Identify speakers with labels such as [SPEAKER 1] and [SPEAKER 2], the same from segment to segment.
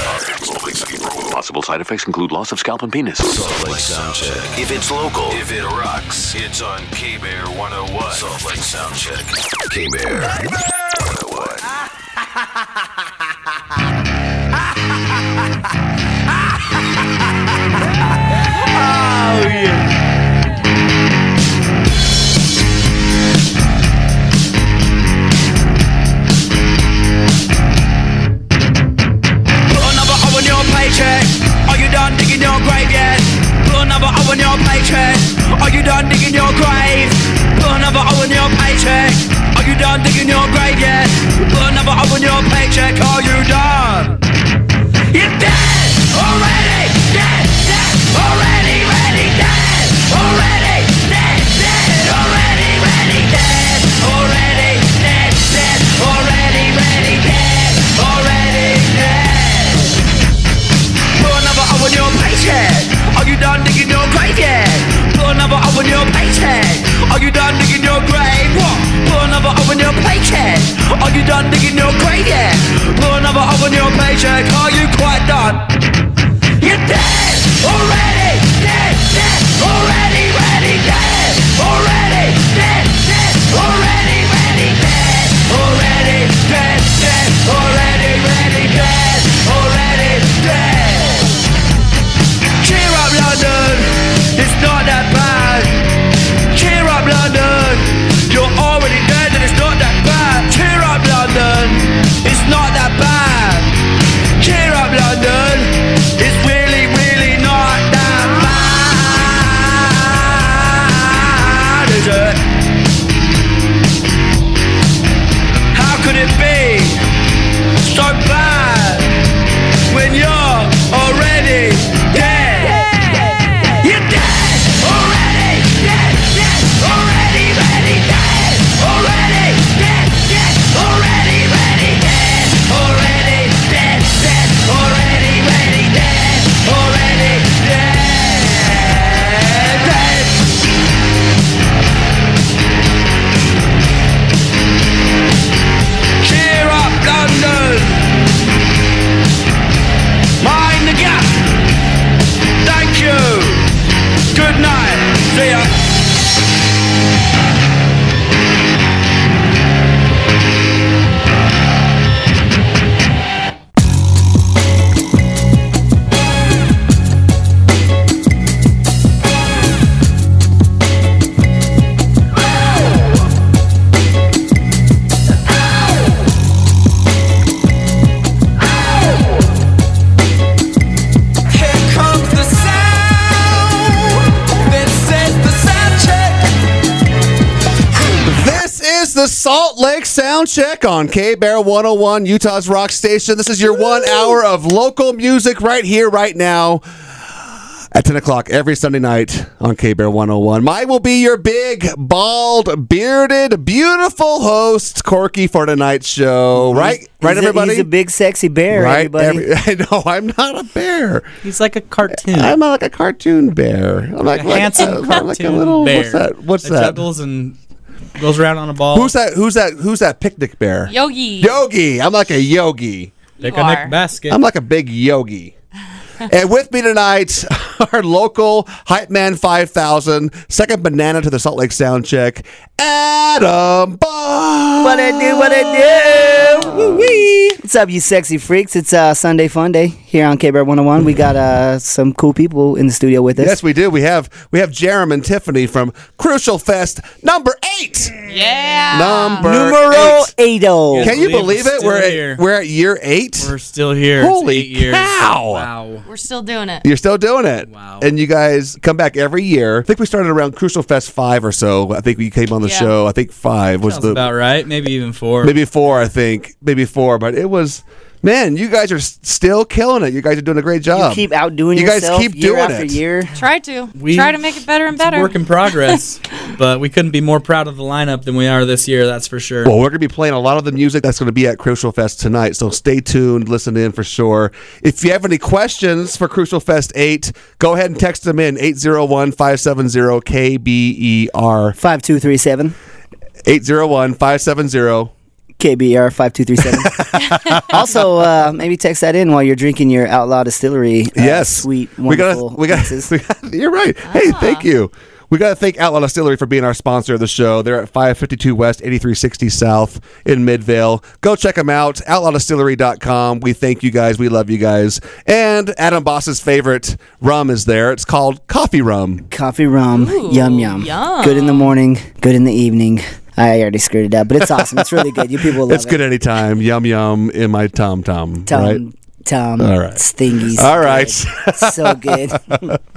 [SPEAKER 1] KBR.
[SPEAKER 2] Possible side effects include loss of scalp and penis.
[SPEAKER 1] Salt Lake Soundcheck. If it's local, if it rocks, it's on K Bear 101. Salt Lake Soundcheck. K Bear 101.
[SPEAKER 3] Put another O on your paycheck. Are you done digging your grave yet? Put another O on your paycheck. Are you done digging your grave? Put another O on your paycheck. Are you done digging your grave yet? Put another O on your paycheck. Are you done? You're dead already. Dead, dead already. Ready, dead already. Dead, dead already. Ready, dead already. Dead, dead already. Ready, dead already. Dead. Put another O on your paycheck. Are you done digging your grave yet? Put another O on your paycheck. Are you done digging your grave? What? Put another O on your paycheck. Are you done digging your grave yet? Put another O on your paycheck. Are you quite done? You're dead already. Dead, dead already. Ready, dead already. Dead, dead already. Ready, dead already. Dead, dead already. Ready, dead already. Dead. Cheer up, London. It's not that bad. Cheer up, London. You're already dead, and it's not that bad. Cheer up, London. It's not that bad. Cheer up, London. It's really, really not that bad, is it? How could it be so bad when you're already dead? You're dead already. Dead, dead already. Ready, dead already. Dead, dead already. Ready, dead already. Dead, dead already. Ready, dead already. Dead, dead. Cheer up, London! Mind the gap! Thank you! Good night! See ya!
[SPEAKER 4] Here comes the sound that says the sound check.
[SPEAKER 5] This is the Salt Lake Sound Check on K Bear 101, Utah's Rock Station. This is your one hour of local music right here, right now. At 10 o'clock every Sunday night on K Bear 101. My will be your big, bald, bearded, beautiful host, Corky, for tonight's show. Right? right,
[SPEAKER 6] He's a-
[SPEAKER 5] everybody?
[SPEAKER 6] he's a big sexy bear,
[SPEAKER 5] right?
[SPEAKER 6] everybody.
[SPEAKER 5] every- I know, I'm not a bear.
[SPEAKER 7] He's like a cartoon.
[SPEAKER 5] I'm like a cartoon bear. I'm like,
[SPEAKER 7] a
[SPEAKER 5] like-
[SPEAKER 7] handsome
[SPEAKER 5] I'm
[SPEAKER 7] cartoon
[SPEAKER 5] like a little,
[SPEAKER 7] bear.
[SPEAKER 5] What's that? What's that?
[SPEAKER 7] Juggles and goes around on a ball.
[SPEAKER 5] Who's that? Who's that? Who's that picnic bear?
[SPEAKER 8] Yogi.
[SPEAKER 5] Yogi. I'm like a yogi.
[SPEAKER 7] Pick
[SPEAKER 8] You
[SPEAKER 7] a
[SPEAKER 8] are.
[SPEAKER 7] neck basket.
[SPEAKER 5] I'm like a big yogi. and with me tonight, our local hype man 5000, second banana to the Salt Lake sound check, Adam Bond.
[SPEAKER 6] What I do, what I do. Woo-wee. What's up, you sexy freaks? It's uh, Sunday Fun Day here on KBR 101. We got uh, some cool people in the studio with us.
[SPEAKER 5] Yes, we do. We have we have Jerem and Tiffany from Crucial Fest number eight.
[SPEAKER 8] Yeah.
[SPEAKER 5] Number
[SPEAKER 6] Ah. Numero
[SPEAKER 5] eight.
[SPEAKER 6] eight. oh.
[SPEAKER 5] Can you
[SPEAKER 7] Believe
[SPEAKER 5] believe
[SPEAKER 7] it's
[SPEAKER 5] it? We're
[SPEAKER 7] still here.
[SPEAKER 5] at, we're at year 8
[SPEAKER 7] We're still here. It's
[SPEAKER 5] Holy
[SPEAKER 7] eight years.
[SPEAKER 5] cow.
[SPEAKER 7] Wow.
[SPEAKER 8] We're still doing it.
[SPEAKER 5] You're still doing it.
[SPEAKER 7] Wow.
[SPEAKER 5] And you guys come back every year. I think we started around Crucial Fest 5 or so. I think we came on the
[SPEAKER 8] Yeah.
[SPEAKER 5] show. I think 5 was
[SPEAKER 7] Sounds
[SPEAKER 5] the
[SPEAKER 7] about right. Maybe even four.
[SPEAKER 5] maybe 4, I think. Maybe 4, but it was man, you guys are s- still killing it. You guys are doing a great
[SPEAKER 6] You
[SPEAKER 5] job.
[SPEAKER 6] keep outdoing
[SPEAKER 5] You guys
[SPEAKER 6] yourself
[SPEAKER 5] keep
[SPEAKER 6] year
[SPEAKER 5] doing
[SPEAKER 6] after
[SPEAKER 5] it.
[SPEAKER 6] year.
[SPEAKER 8] Try to.
[SPEAKER 7] We-
[SPEAKER 8] Try to make it better and
[SPEAKER 7] It's a
[SPEAKER 8] better.
[SPEAKER 7] work in progress, but we couldn't be more proud of the lineup than we are this year. That's for sure.
[SPEAKER 5] well, we're going to be playing a lot of the music that's going to be at Crucial Fest tonight, so stay tuned, listen in for sure. If you have any questions for Crucial Fest 8, go ahead and text them in E 801-570-KBER.
[SPEAKER 6] 5237.
[SPEAKER 5] 801 570
[SPEAKER 6] KBR E five two three seven. Also, uh, maybe text that in while you're drinking your Outlaw Distillery. uh,
[SPEAKER 5] yes,
[SPEAKER 6] sweet,
[SPEAKER 5] We
[SPEAKER 6] wonderful. Ah.
[SPEAKER 5] got. We got.
[SPEAKER 6] mixes.
[SPEAKER 5] We got you're right. Hey, thank you. We got to thank Outlaw Distillery for being our sponsor of the show. They're at 552 West, 8360 South in Midvale. Go check them out, outlawdistillery.com. We thank you guys. We love you guys. And Adam Boss's favorite rum is there. It's called coffee rum.
[SPEAKER 6] Coffee rum,
[SPEAKER 8] Ooh,
[SPEAKER 6] yum yum.
[SPEAKER 8] yum.
[SPEAKER 6] Good in the morning, good in the evening. I already screwed it up, but it's awesome. It's really good. You people will love
[SPEAKER 5] It's good
[SPEAKER 6] it.
[SPEAKER 5] anytime. yum, yum in my tom tom.
[SPEAKER 6] Tom,
[SPEAKER 5] Right?
[SPEAKER 6] Tom,
[SPEAKER 5] All right.
[SPEAKER 6] Stingies.
[SPEAKER 5] All right.
[SPEAKER 6] Good. so good.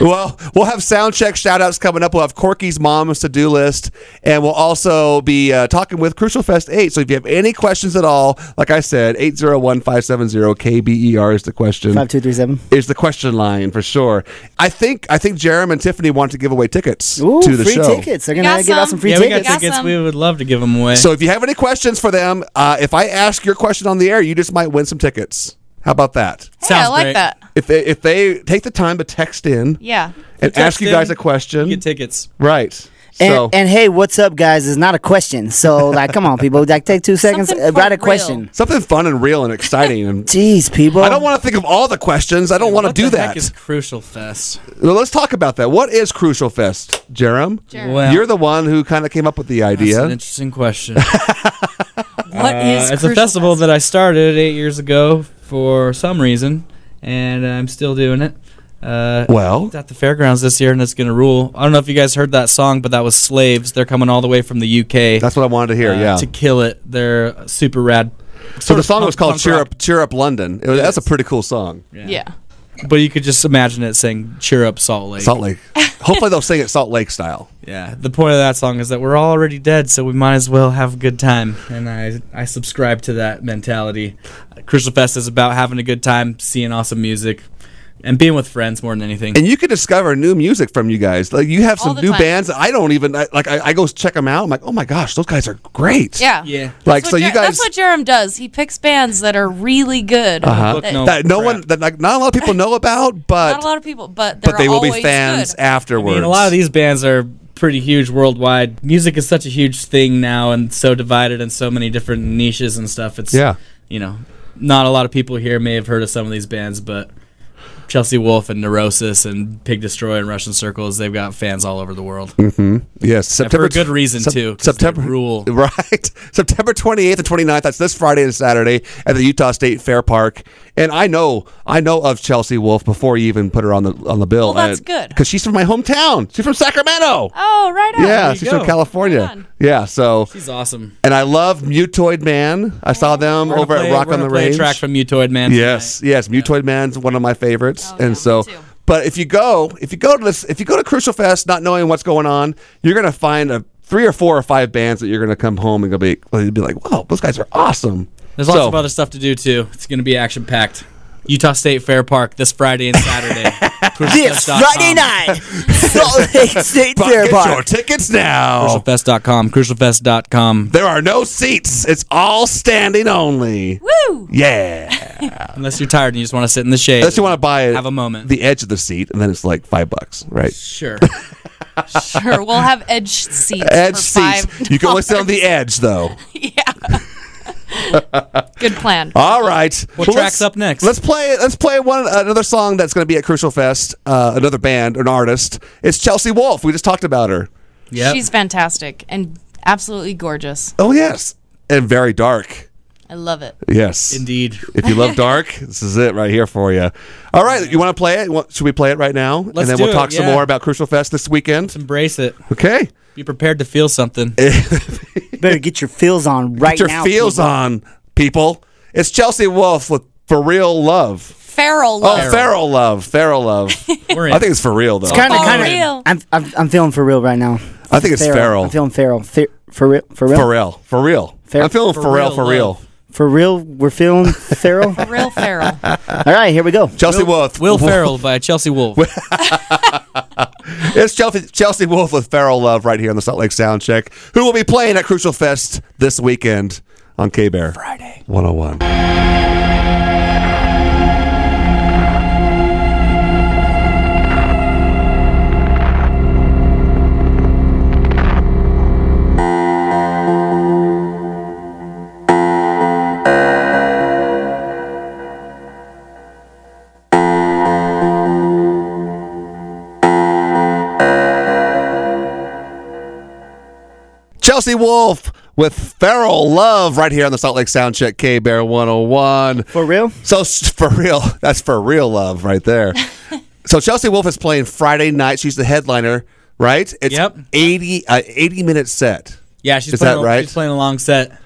[SPEAKER 5] Well, we'll have sound check shout outs coming up. We'll have Corky's mom's to do list, and we'll also be uh, talking with Crucial Fest 8. So if you have any questions at all, like I said, 801 570 KBER E is the question.
[SPEAKER 6] Five two three seven.
[SPEAKER 5] Is the question line for sure? I think I think Jerem and Tiffany want to give away tickets
[SPEAKER 6] Ooh,
[SPEAKER 5] to the
[SPEAKER 6] free
[SPEAKER 5] show.
[SPEAKER 6] tickets. They're gonna
[SPEAKER 8] got
[SPEAKER 6] give out
[SPEAKER 8] some.
[SPEAKER 6] some free
[SPEAKER 7] Yeah, we got
[SPEAKER 6] tickets.
[SPEAKER 8] Got
[SPEAKER 7] tickets.
[SPEAKER 8] some.
[SPEAKER 7] We would love to give them away.
[SPEAKER 5] So if you have any questions for them, uh, if I ask your question on the air, you just might win some tickets. How about that?
[SPEAKER 8] Hey, I
[SPEAKER 7] Sounds
[SPEAKER 8] like
[SPEAKER 7] great.
[SPEAKER 8] that.
[SPEAKER 5] If they, if they take the time to text in
[SPEAKER 8] Yeah.
[SPEAKER 5] and ask
[SPEAKER 7] Text
[SPEAKER 5] you guys
[SPEAKER 7] in,
[SPEAKER 5] a question,
[SPEAKER 7] You get tickets.
[SPEAKER 5] right?
[SPEAKER 6] And,
[SPEAKER 5] so
[SPEAKER 6] and hey, what's up, guys? Is not a question. So like, come on, people. Like, take two seconds.
[SPEAKER 8] Something
[SPEAKER 6] uh,
[SPEAKER 8] for
[SPEAKER 6] Write a
[SPEAKER 8] real.
[SPEAKER 6] question.
[SPEAKER 5] something fun and real and exciting. And
[SPEAKER 6] Jeez, people.
[SPEAKER 5] I don't want to think of all the questions. I don't want to
[SPEAKER 7] What
[SPEAKER 5] do
[SPEAKER 7] the
[SPEAKER 5] that.
[SPEAKER 7] Heck is Crucial Fest.
[SPEAKER 5] Well, let's talk about that. What is Crucial Fest, Jerem?
[SPEAKER 8] Jerem.
[SPEAKER 7] Well,
[SPEAKER 5] You're the one who kind of came up with the
[SPEAKER 7] that's an
[SPEAKER 5] idea.
[SPEAKER 7] interesting question.
[SPEAKER 8] What
[SPEAKER 7] Uh,
[SPEAKER 8] is
[SPEAKER 7] it's a
[SPEAKER 8] Crucial
[SPEAKER 7] festival
[SPEAKER 8] Fest?
[SPEAKER 7] that I started eight years ago for some reason, and I'm still doing it. Uh,
[SPEAKER 5] Well,
[SPEAKER 7] it's at the fairgrounds this year, and it's gonna rule. I don't know if you guys heard that song, but that was Slaves. They're coming all the way from the UK.
[SPEAKER 5] that's what I wanted to hear.
[SPEAKER 7] uh,
[SPEAKER 5] yeah.
[SPEAKER 7] to kill it. They're super rad.
[SPEAKER 5] so the song was called
[SPEAKER 7] Punk
[SPEAKER 5] "Cheer
[SPEAKER 7] rock.
[SPEAKER 5] Up, Cheer Up London." It was- that's a pretty cool song.
[SPEAKER 8] Yeah.
[SPEAKER 7] But you could just imagine it saying "Cheer Up, Salt Lake."
[SPEAKER 5] Salt Lake. Hopefully, they'll sing it Salt Lake style.
[SPEAKER 7] Yeah. The point of that song is that we're all already dead, so we might as well have a good time. And I I subscribe to that mentality. Uh, Crucial Fest is about having a good time, seeing awesome music, and being with friends more than anything.
[SPEAKER 5] And you can discover new music from you guys. Like you have
[SPEAKER 8] All
[SPEAKER 5] some
[SPEAKER 8] the
[SPEAKER 5] new
[SPEAKER 8] time.
[SPEAKER 5] bands. that I don't even I, like. I, I go check them out. I'm like, oh my gosh, those guys are great.
[SPEAKER 8] Yeah.
[SPEAKER 7] Yeah.
[SPEAKER 5] Like
[SPEAKER 8] That's
[SPEAKER 5] so,
[SPEAKER 8] what
[SPEAKER 5] you
[SPEAKER 8] Jer-
[SPEAKER 5] guys.
[SPEAKER 8] That's what Jerem does. He picks bands that are really good.
[SPEAKER 5] Uh-huh.
[SPEAKER 8] That-
[SPEAKER 7] No
[SPEAKER 5] that no
[SPEAKER 7] Oh, crap.
[SPEAKER 5] one that like not a lot of people know about, but
[SPEAKER 8] Not a lot of people, but they're
[SPEAKER 5] but they will be
[SPEAKER 8] always
[SPEAKER 5] fans
[SPEAKER 8] good.
[SPEAKER 5] afterwards.
[SPEAKER 7] I mean, a lot of these bands are pretty huge worldwide. Music is such a huge thing now, and so divided in so many different niches and stuff. It's
[SPEAKER 5] Yeah.
[SPEAKER 7] you know, not a lot of people here may have heard of some of these bands, but Chelsea Wolf and Neurosis and Pig Destroy and Russian Circles—they've got fans all over the world.
[SPEAKER 5] yes, September
[SPEAKER 7] for a good reason, too, 'cause they
[SPEAKER 5] September
[SPEAKER 7] rule.
[SPEAKER 5] right? September 28th and 29th. That's this Friday and Saturday at the Utah State Fair Park. And I know, I know of Chelsea Wolf before you even put her on the on the bill.
[SPEAKER 8] Well, that's good.
[SPEAKER 5] because she's from my hometown. She's from Sacramento.
[SPEAKER 8] Oh, right on.
[SPEAKER 5] yeah, she's
[SPEAKER 7] go.
[SPEAKER 5] from California.
[SPEAKER 8] on.
[SPEAKER 5] Yeah, so
[SPEAKER 7] He's awesome.
[SPEAKER 5] and I love Mutoid Man. I saw them over
[SPEAKER 7] Play-
[SPEAKER 5] at Rock
[SPEAKER 7] we're
[SPEAKER 5] on the
[SPEAKER 7] gonna play a
[SPEAKER 5] Range.
[SPEAKER 7] track from Mutoid Man.
[SPEAKER 5] Yes, yes. Mutoid Man's one of my favorites, and
[SPEAKER 8] Oh, yeah,
[SPEAKER 5] so.
[SPEAKER 8] me too.
[SPEAKER 5] But if you go, if you go to this, if you go to Crucial Fest, not knowing what's going on, you're gonna find a three or four or five bands that you're gonna come home and go be, you'll be like, wow, those guys are awesome.
[SPEAKER 7] There's lots
[SPEAKER 5] So,
[SPEAKER 7] of other stuff to do too. It's going to be action packed. Utah State Fair Park this Friday and Saturday.
[SPEAKER 6] this
[SPEAKER 7] CrucialFest.com.
[SPEAKER 6] Friday night, Salt Lake State
[SPEAKER 5] but
[SPEAKER 6] Fair
[SPEAKER 5] get your
[SPEAKER 6] Park.
[SPEAKER 5] tickets now.
[SPEAKER 7] Crucialfest.com. Crucialfest.com.
[SPEAKER 5] There are no seats. It's all standing only.
[SPEAKER 8] Woo!
[SPEAKER 5] Yeah.
[SPEAKER 7] Unless you're tired and you just want to sit in the shade.
[SPEAKER 5] Unless you want to buy it,
[SPEAKER 7] Have a moment.
[SPEAKER 5] the edge of the seat, and then it's like five bucks, right?
[SPEAKER 7] Sure.
[SPEAKER 8] Sure, we'll have edge seats.
[SPEAKER 5] Edge
[SPEAKER 8] for
[SPEAKER 5] seats.
[SPEAKER 8] $5.
[SPEAKER 5] You can only sit on the edge, though.
[SPEAKER 8] yeah. Good plan.
[SPEAKER 5] All right.
[SPEAKER 7] What
[SPEAKER 5] Well, let's-
[SPEAKER 7] track's up next?
[SPEAKER 5] Let's play. Let's play one another song that's going to be at Crucial Fest. Uh, another band, an artist. It's Chelsea Wolf. We just talked about her.
[SPEAKER 7] Yep.
[SPEAKER 8] She's fantastic and absolutely gorgeous.
[SPEAKER 5] Oh yes, and very dark.
[SPEAKER 8] I love it.
[SPEAKER 5] Yes,
[SPEAKER 7] Indeed.
[SPEAKER 5] If you love dark, this is it right here for you. All right, you want to play it? You want- Should we play it right now? and
[SPEAKER 7] Let's
[SPEAKER 5] then
[SPEAKER 7] do
[SPEAKER 5] we'll
[SPEAKER 7] it,
[SPEAKER 5] talk some
[SPEAKER 7] yeah.
[SPEAKER 5] more about Crucial Fest this weekend.
[SPEAKER 7] Embrace it.
[SPEAKER 5] Okay.
[SPEAKER 7] Be prepared to feel something.
[SPEAKER 6] Better get your feels on right
[SPEAKER 5] Get your
[SPEAKER 6] now.
[SPEAKER 5] feels
[SPEAKER 6] people.
[SPEAKER 5] on, people. It's Chelsea Wolf with For Real Love.
[SPEAKER 8] Feral
[SPEAKER 5] Oh,
[SPEAKER 8] love.
[SPEAKER 5] Feral Love. Feral Love.
[SPEAKER 7] We're in.
[SPEAKER 5] I think it's for real, though.
[SPEAKER 6] Kind of,
[SPEAKER 8] For
[SPEAKER 6] kind of.
[SPEAKER 8] real.
[SPEAKER 6] I'm, I'm, I'm feeling for real right now.
[SPEAKER 5] I think it's feral.
[SPEAKER 6] I'm feeling feral. Fe- for real, for real,
[SPEAKER 5] For real. For real.
[SPEAKER 6] Fair-
[SPEAKER 5] I'm feeling
[SPEAKER 7] For
[SPEAKER 5] for real.
[SPEAKER 7] real
[SPEAKER 5] For real.
[SPEAKER 7] love.
[SPEAKER 6] for real. We're feeling feral. All
[SPEAKER 8] Real feral.
[SPEAKER 6] right, here we go.
[SPEAKER 5] Chelsea Wolf.
[SPEAKER 7] Will Ferrell by Chelsea Wolf.
[SPEAKER 5] It's Chelsea, Chelsea Wolf with Feral Love right here on the Salt Lake Soundcheck, who will be playing at Crucial Fest this weekend on oh K Bear. Friday. 101. Foxy Wolf with Feral Love right here on the Salt Lake Soundcheck K Bear 101.
[SPEAKER 6] For real?
[SPEAKER 5] So s- for real, that's for real love right there. so Chelsea Wolf is playing Friday night. She's the headliner, right? It's
[SPEAKER 7] Yep.
[SPEAKER 5] 80 uh, 80 minute set.
[SPEAKER 7] Yeah, she's
[SPEAKER 5] Is
[SPEAKER 7] playing
[SPEAKER 5] that
[SPEAKER 7] a,
[SPEAKER 5] right?
[SPEAKER 7] she's playing a long set.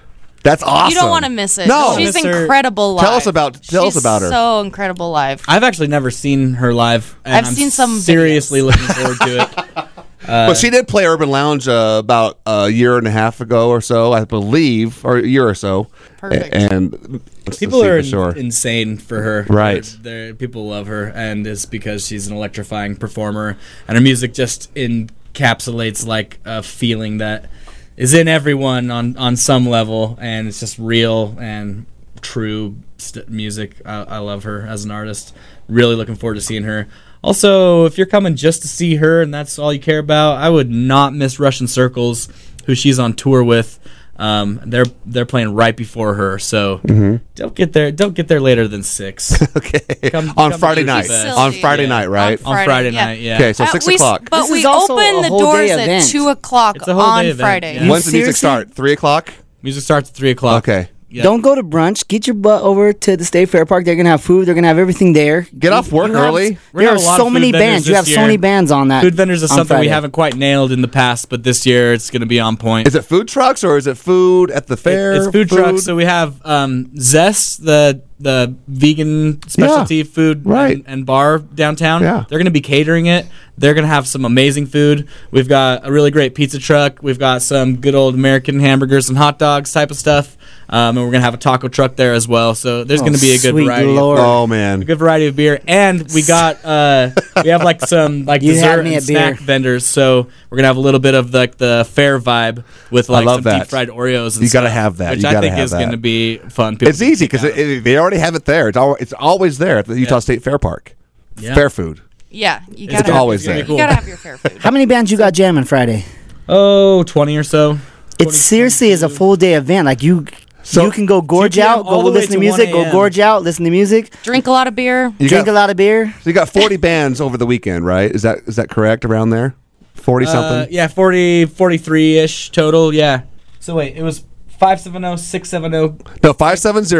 [SPEAKER 5] That's awesome.
[SPEAKER 8] You don't want to miss it.
[SPEAKER 5] No.
[SPEAKER 8] she's
[SPEAKER 7] Miss her.
[SPEAKER 8] incredible live.
[SPEAKER 5] Tell us about- tell us
[SPEAKER 8] She's
[SPEAKER 5] about her.
[SPEAKER 8] So incredible live.
[SPEAKER 7] I've actually never seen her live. And
[SPEAKER 8] I've
[SPEAKER 7] I'm
[SPEAKER 8] seen some
[SPEAKER 7] Seriously, looking forward to it.
[SPEAKER 5] but she did play Urban Lounge uh, about a year and a half ago or so, I believe, or a year or so.
[SPEAKER 8] Perfect.
[SPEAKER 5] A- And let's
[SPEAKER 7] People
[SPEAKER 5] see
[SPEAKER 7] are
[SPEAKER 5] for sure.
[SPEAKER 7] insane for her.
[SPEAKER 5] Right.
[SPEAKER 7] They're- they're- people love her, and it's because she's an electrifying performer, and her music just encapsulates like a feeling that is in everyone on on some level, and it's just real and true st- music. I, I love her as an artist. Really looking forward to seeing her. Also, if you're coming just to see her and that's all you care about, I would not miss Russian Circles, who she's on tour with. Um, they're they're playing right before her, so
[SPEAKER 5] Mm-hmm.
[SPEAKER 7] don't get there don't get there later than six
[SPEAKER 5] okay.
[SPEAKER 7] Come-
[SPEAKER 5] on
[SPEAKER 7] come
[SPEAKER 5] Friday
[SPEAKER 7] to
[SPEAKER 5] night.
[SPEAKER 7] Silly.
[SPEAKER 5] On Friday
[SPEAKER 8] Yeah.
[SPEAKER 5] night, right?
[SPEAKER 8] On
[SPEAKER 7] on Friday,
[SPEAKER 8] Friday, yeah.
[SPEAKER 7] night. Yeah.
[SPEAKER 5] Okay, so
[SPEAKER 8] Uh,
[SPEAKER 5] six
[SPEAKER 8] we s-
[SPEAKER 5] o'clock.
[SPEAKER 6] This
[SPEAKER 8] But
[SPEAKER 6] is
[SPEAKER 8] we
[SPEAKER 6] also a
[SPEAKER 8] open the
[SPEAKER 6] whole
[SPEAKER 8] doors
[SPEAKER 6] day
[SPEAKER 8] at
[SPEAKER 6] event.
[SPEAKER 8] two o'clock
[SPEAKER 7] It's a whole
[SPEAKER 8] on
[SPEAKER 7] day event,
[SPEAKER 8] Friday.
[SPEAKER 7] yeah.
[SPEAKER 5] When's the music
[SPEAKER 6] seriously?
[SPEAKER 5] start? Three o'clock?
[SPEAKER 7] Music starts at three o'clock.
[SPEAKER 5] Okay.
[SPEAKER 7] Yeah.
[SPEAKER 6] Don't go to brunch. Get your butt over to the State Fair Park. They're gonna have food. They're gonna have everything there.
[SPEAKER 5] Get off work
[SPEAKER 6] You have-
[SPEAKER 5] early.
[SPEAKER 7] We're gonna
[SPEAKER 6] there are
[SPEAKER 7] have a lot
[SPEAKER 6] so
[SPEAKER 7] of
[SPEAKER 6] many
[SPEAKER 7] food vendors
[SPEAKER 6] bands. You
[SPEAKER 7] this
[SPEAKER 6] have so
[SPEAKER 7] year.
[SPEAKER 6] many bands on that.
[SPEAKER 7] Food vendors is
[SPEAKER 6] on
[SPEAKER 7] something we
[SPEAKER 6] Friday.
[SPEAKER 7] haven't quite nailed in the past, but this year it's going to be on point.
[SPEAKER 5] Is it food trucks or is it food at the fair?
[SPEAKER 7] It's food, trucks. So we have um, Zest, the the vegan specialty
[SPEAKER 5] Yeah,
[SPEAKER 7] food
[SPEAKER 5] right.
[SPEAKER 7] and, and bar downtown.
[SPEAKER 5] Yeah.
[SPEAKER 7] They're going to be catering it. They're going to have some amazing food. We've got a really great pizza truck. We've got some good old American hamburgers and hot dogs type of stuff. Um, and we're going to have a taco truck there as well. So there's going to be a good
[SPEAKER 6] sweet
[SPEAKER 7] variety. of
[SPEAKER 6] Lord.
[SPEAKER 5] oh man.
[SPEAKER 7] a good variety of beer, and we got uh, we have like some like
[SPEAKER 6] You had
[SPEAKER 7] dessert
[SPEAKER 6] me
[SPEAKER 7] and
[SPEAKER 6] at beer.
[SPEAKER 7] snack vendors. So we're gonna have a little bit of like the fair vibe with like
[SPEAKER 5] love
[SPEAKER 7] some
[SPEAKER 5] that.
[SPEAKER 7] deep fried Oreos. And
[SPEAKER 5] You gotta
[SPEAKER 7] stuff,
[SPEAKER 5] have that.
[SPEAKER 7] which
[SPEAKER 5] You
[SPEAKER 7] I
[SPEAKER 5] gotta
[SPEAKER 7] think
[SPEAKER 5] have
[SPEAKER 7] is
[SPEAKER 5] that.
[SPEAKER 7] gonna be fun. People
[SPEAKER 5] It's easy because they already have it there. It's al- it's always there at the Utah State Fair Park.
[SPEAKER 7] Yeah.
[SPEAKER 5] Fair food.
[SPEAKER 8] Yeah, you gotta have-
[SPEAKER 5] always
[SPEAKER 8] you
[SPEAKER 5] there.
[SPEAKER 7] Cool.
[SPEAKER 8] gotta have your fair food.
[SPEAKER 6] How many bands you got jamming Friday?
[SPEAKER 7] oh, 20 or so.
[SPEAKER 6] It seriously is a full day event. Like you, you can go gorge
[SPEAKER 7] 2 p.m.
[SPEAKER 6] out, go
[SPEAKER 7] all the way
[SPEAKER 6] listen to
[SPEAKER 7] to
[SPEAKER 6] music,
[SPEAKER 7] 1
[SPEAKER 6] go
[SPEAKER 7] a.m..
[SPEAKER 6] gorge out, listen to music,
[SPEAKER 8] Drink a lot of beer.
[SPEAKER 5] You
[SPEAKER 6] drink
[SPEAKER 5] got,
[SPEAKER 6] a lot of beer.
[SPEAKER 5] So you got 40 bands over the weekend, right? Is that is that correct around there? 40
[SPEAKER 7] Uh,
[SPEAKER 5] something.
[SPEAKER 7] yeah, 40, 43 ish total. Yeah. So wait, it was. oh, 570 670
[SPEAKER 5] No, 570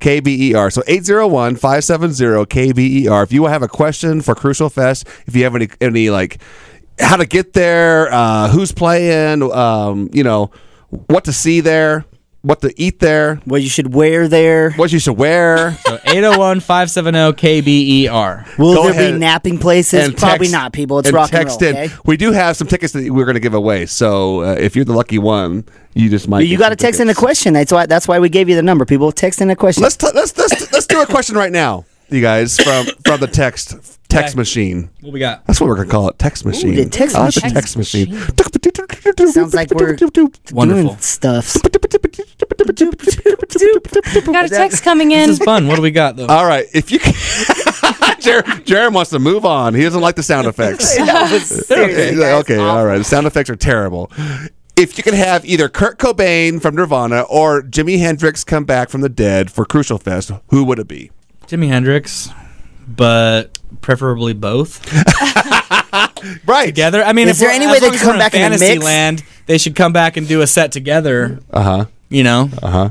[SPEAKER 5] KBER. E So 801 570 KBER. E If you have a question for Crucial Fest, if you have any any like how to get there, uh, who's playing, um, you know, what to see there, what to eat there,
[SPEAKER 6] What you should wear there.
[SPEAKER 5] what you should wear.
[SPEAKER 7] 801 570 KBER.
[SPEAKER 6] Will
[SPEAKER 5] Go
[SPEAKER 6] there
[SPEAKER 5] ahead
[SPEAKER 6] be napping places?
[SPEAKER 5] and
[SPEAKER 6] Probably
[SPEAKER 5] text-
[SPEAKER 6] not, people. It's
[SPEAKER 5] and
[SPEAKER 6] rock and
[SPEAKER 5] text
[SPEAKER 6] roll.
[SPEAKER 5] in.
[SPEAKER 6] okay?
[SPEAKER 5] We do have some tickets that we're going to give away. So uh, if you're the lucky one, you just might.
[SPEAKER 6] But you
[SPEAKER 5] got to
[SPEAKER 6] text in a question. That's why. That's why we gave you the number, people. Text in a question.
[SPEAKER 5] Let's t- let's let's let's do a question right now, you guys, from from the text text
[SPEAKER 7] Okay.
[SPEAKER 5] machine.
[SPEAKER 7] What we got?
[SPEAKER 5] That's what we're gonna call it, text machine.
[SPEAKER 6] the text
[SPEAKER 5] I like the
[SPEAKER 6] machine.
[SPEAKER 5] text machine.
[SPEAKER 6] Sounds like we're
[SPEAKER 7] Wonderful.
[SPEAKER 6] doing stuff.
[SPEAKER 8] Got a text coming in.
[SPEAKER 7] This is fun. What do we got though?
[SPEAKER 5] All right, if you can. Jer- Jerem wants to move on. He doesn't like the sound effects. okay, okay, all right. The sound effects are terrible. If you could have either Kurt Cobain from Nirvana or Jimi Hendrix come back from the dead for Crucial Fest, who would it be?
[SPEAKER 7] Jimi Hendrix, but preferably both
[SPEAKER 5] Right.
[SPEAKER 7] together. I mean,
[SPEAKER 6] Is
[SPEAKER 7] if
[SPEAKER 6] there
[SPEAKER 7] we're-
[SPEAKER 6] any
[SPEAKER 7] as
[SPEAKER 6] way they
[SPEAKER 7] long as
[SPEAKER 6] come
[SPEAKER 7] we're in
[SPEAKER 6] back in a mix?
[SPEAKER 7] fantasy land? They should come back and do a set together. Uh huh. You know. Uh huh.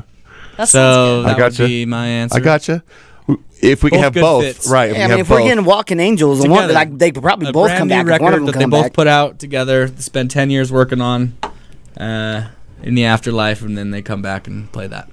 [SPEAKER 8] That sounds
[SPEAKER 7] So
[SPEAKER 8] good.
[SPEAKER 7] that
[SPEAKER 5] Uh-huh. gotcha.
[SPEAKER 7] would be my answer.
[SPEAKER 5] I gotcha. If we can
[SPEAKER 7] Both
[SPEAKER 5] have
[SPEAKER 7] good
[SPEAKER 5] both,
[SPEAKER 7] fits.
[SPEAKER 5] right? If
[SPEAKER 6] Yeah, I
[SPEAKER 5] we
[SPEAKER 6] mean,
[SPEAKER 5] have
[SPEAKER 6] if we're
[SPEAKER 5] both.
[SPEAKER 6] getting Walking Angels, and one
[SPEAKER 7] Together.
[SPEAKER 6] like they could probably
[SPEAKER 7] a
[SPEAKER 6] both
[SPEAKER 7] brand
[SPEAKER 6] come
[SPEAKER 7] new
[SPEAKER 6] back. if
[SPEAKER 7] record
[SPEAKER 6] One of them
[SPEAKER 7] that they
[SPEAKER 6] come
[SPEAKER 7] both
[SPEAKER 6] back.
[SPEAKER 7] put out together. They spend ten years working on. Uh, in the afterlife, and then they come back and play that.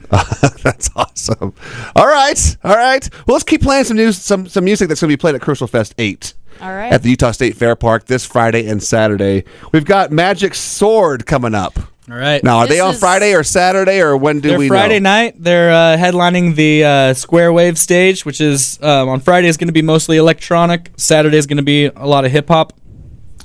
[SPEAKER 5] That's awesome. All right, all right. Well, let's keep playing some news, some some music that's going to be played at Crucial Fest Eight.
[SPEAKER 6] Oh,
[SPEAKER 8] All right.
[SPEAKER 5] At the Utah State Fair Park this Friday and Saturday, we've got Magic Sword coming up.
[SPEAKER 7] All right.
[SPEAKER 5] Now, are they
[SPEAKER 8] This
[SPEAKER 5] on
[SPEAKER 8] is-
[SPEAKER 5] Friday or Saturday or when do
[SPEAKER 7] They're
[SPEAKER 5] we
[SPEAKER 7] Friday
[SPEAKER 5] know?
[SPEAKER 7] night. They're uh, headlining the uh, Square Wave stage, which is um, on Friday is going to be mostly electronic. Saturday is going to be a lot of hip hop.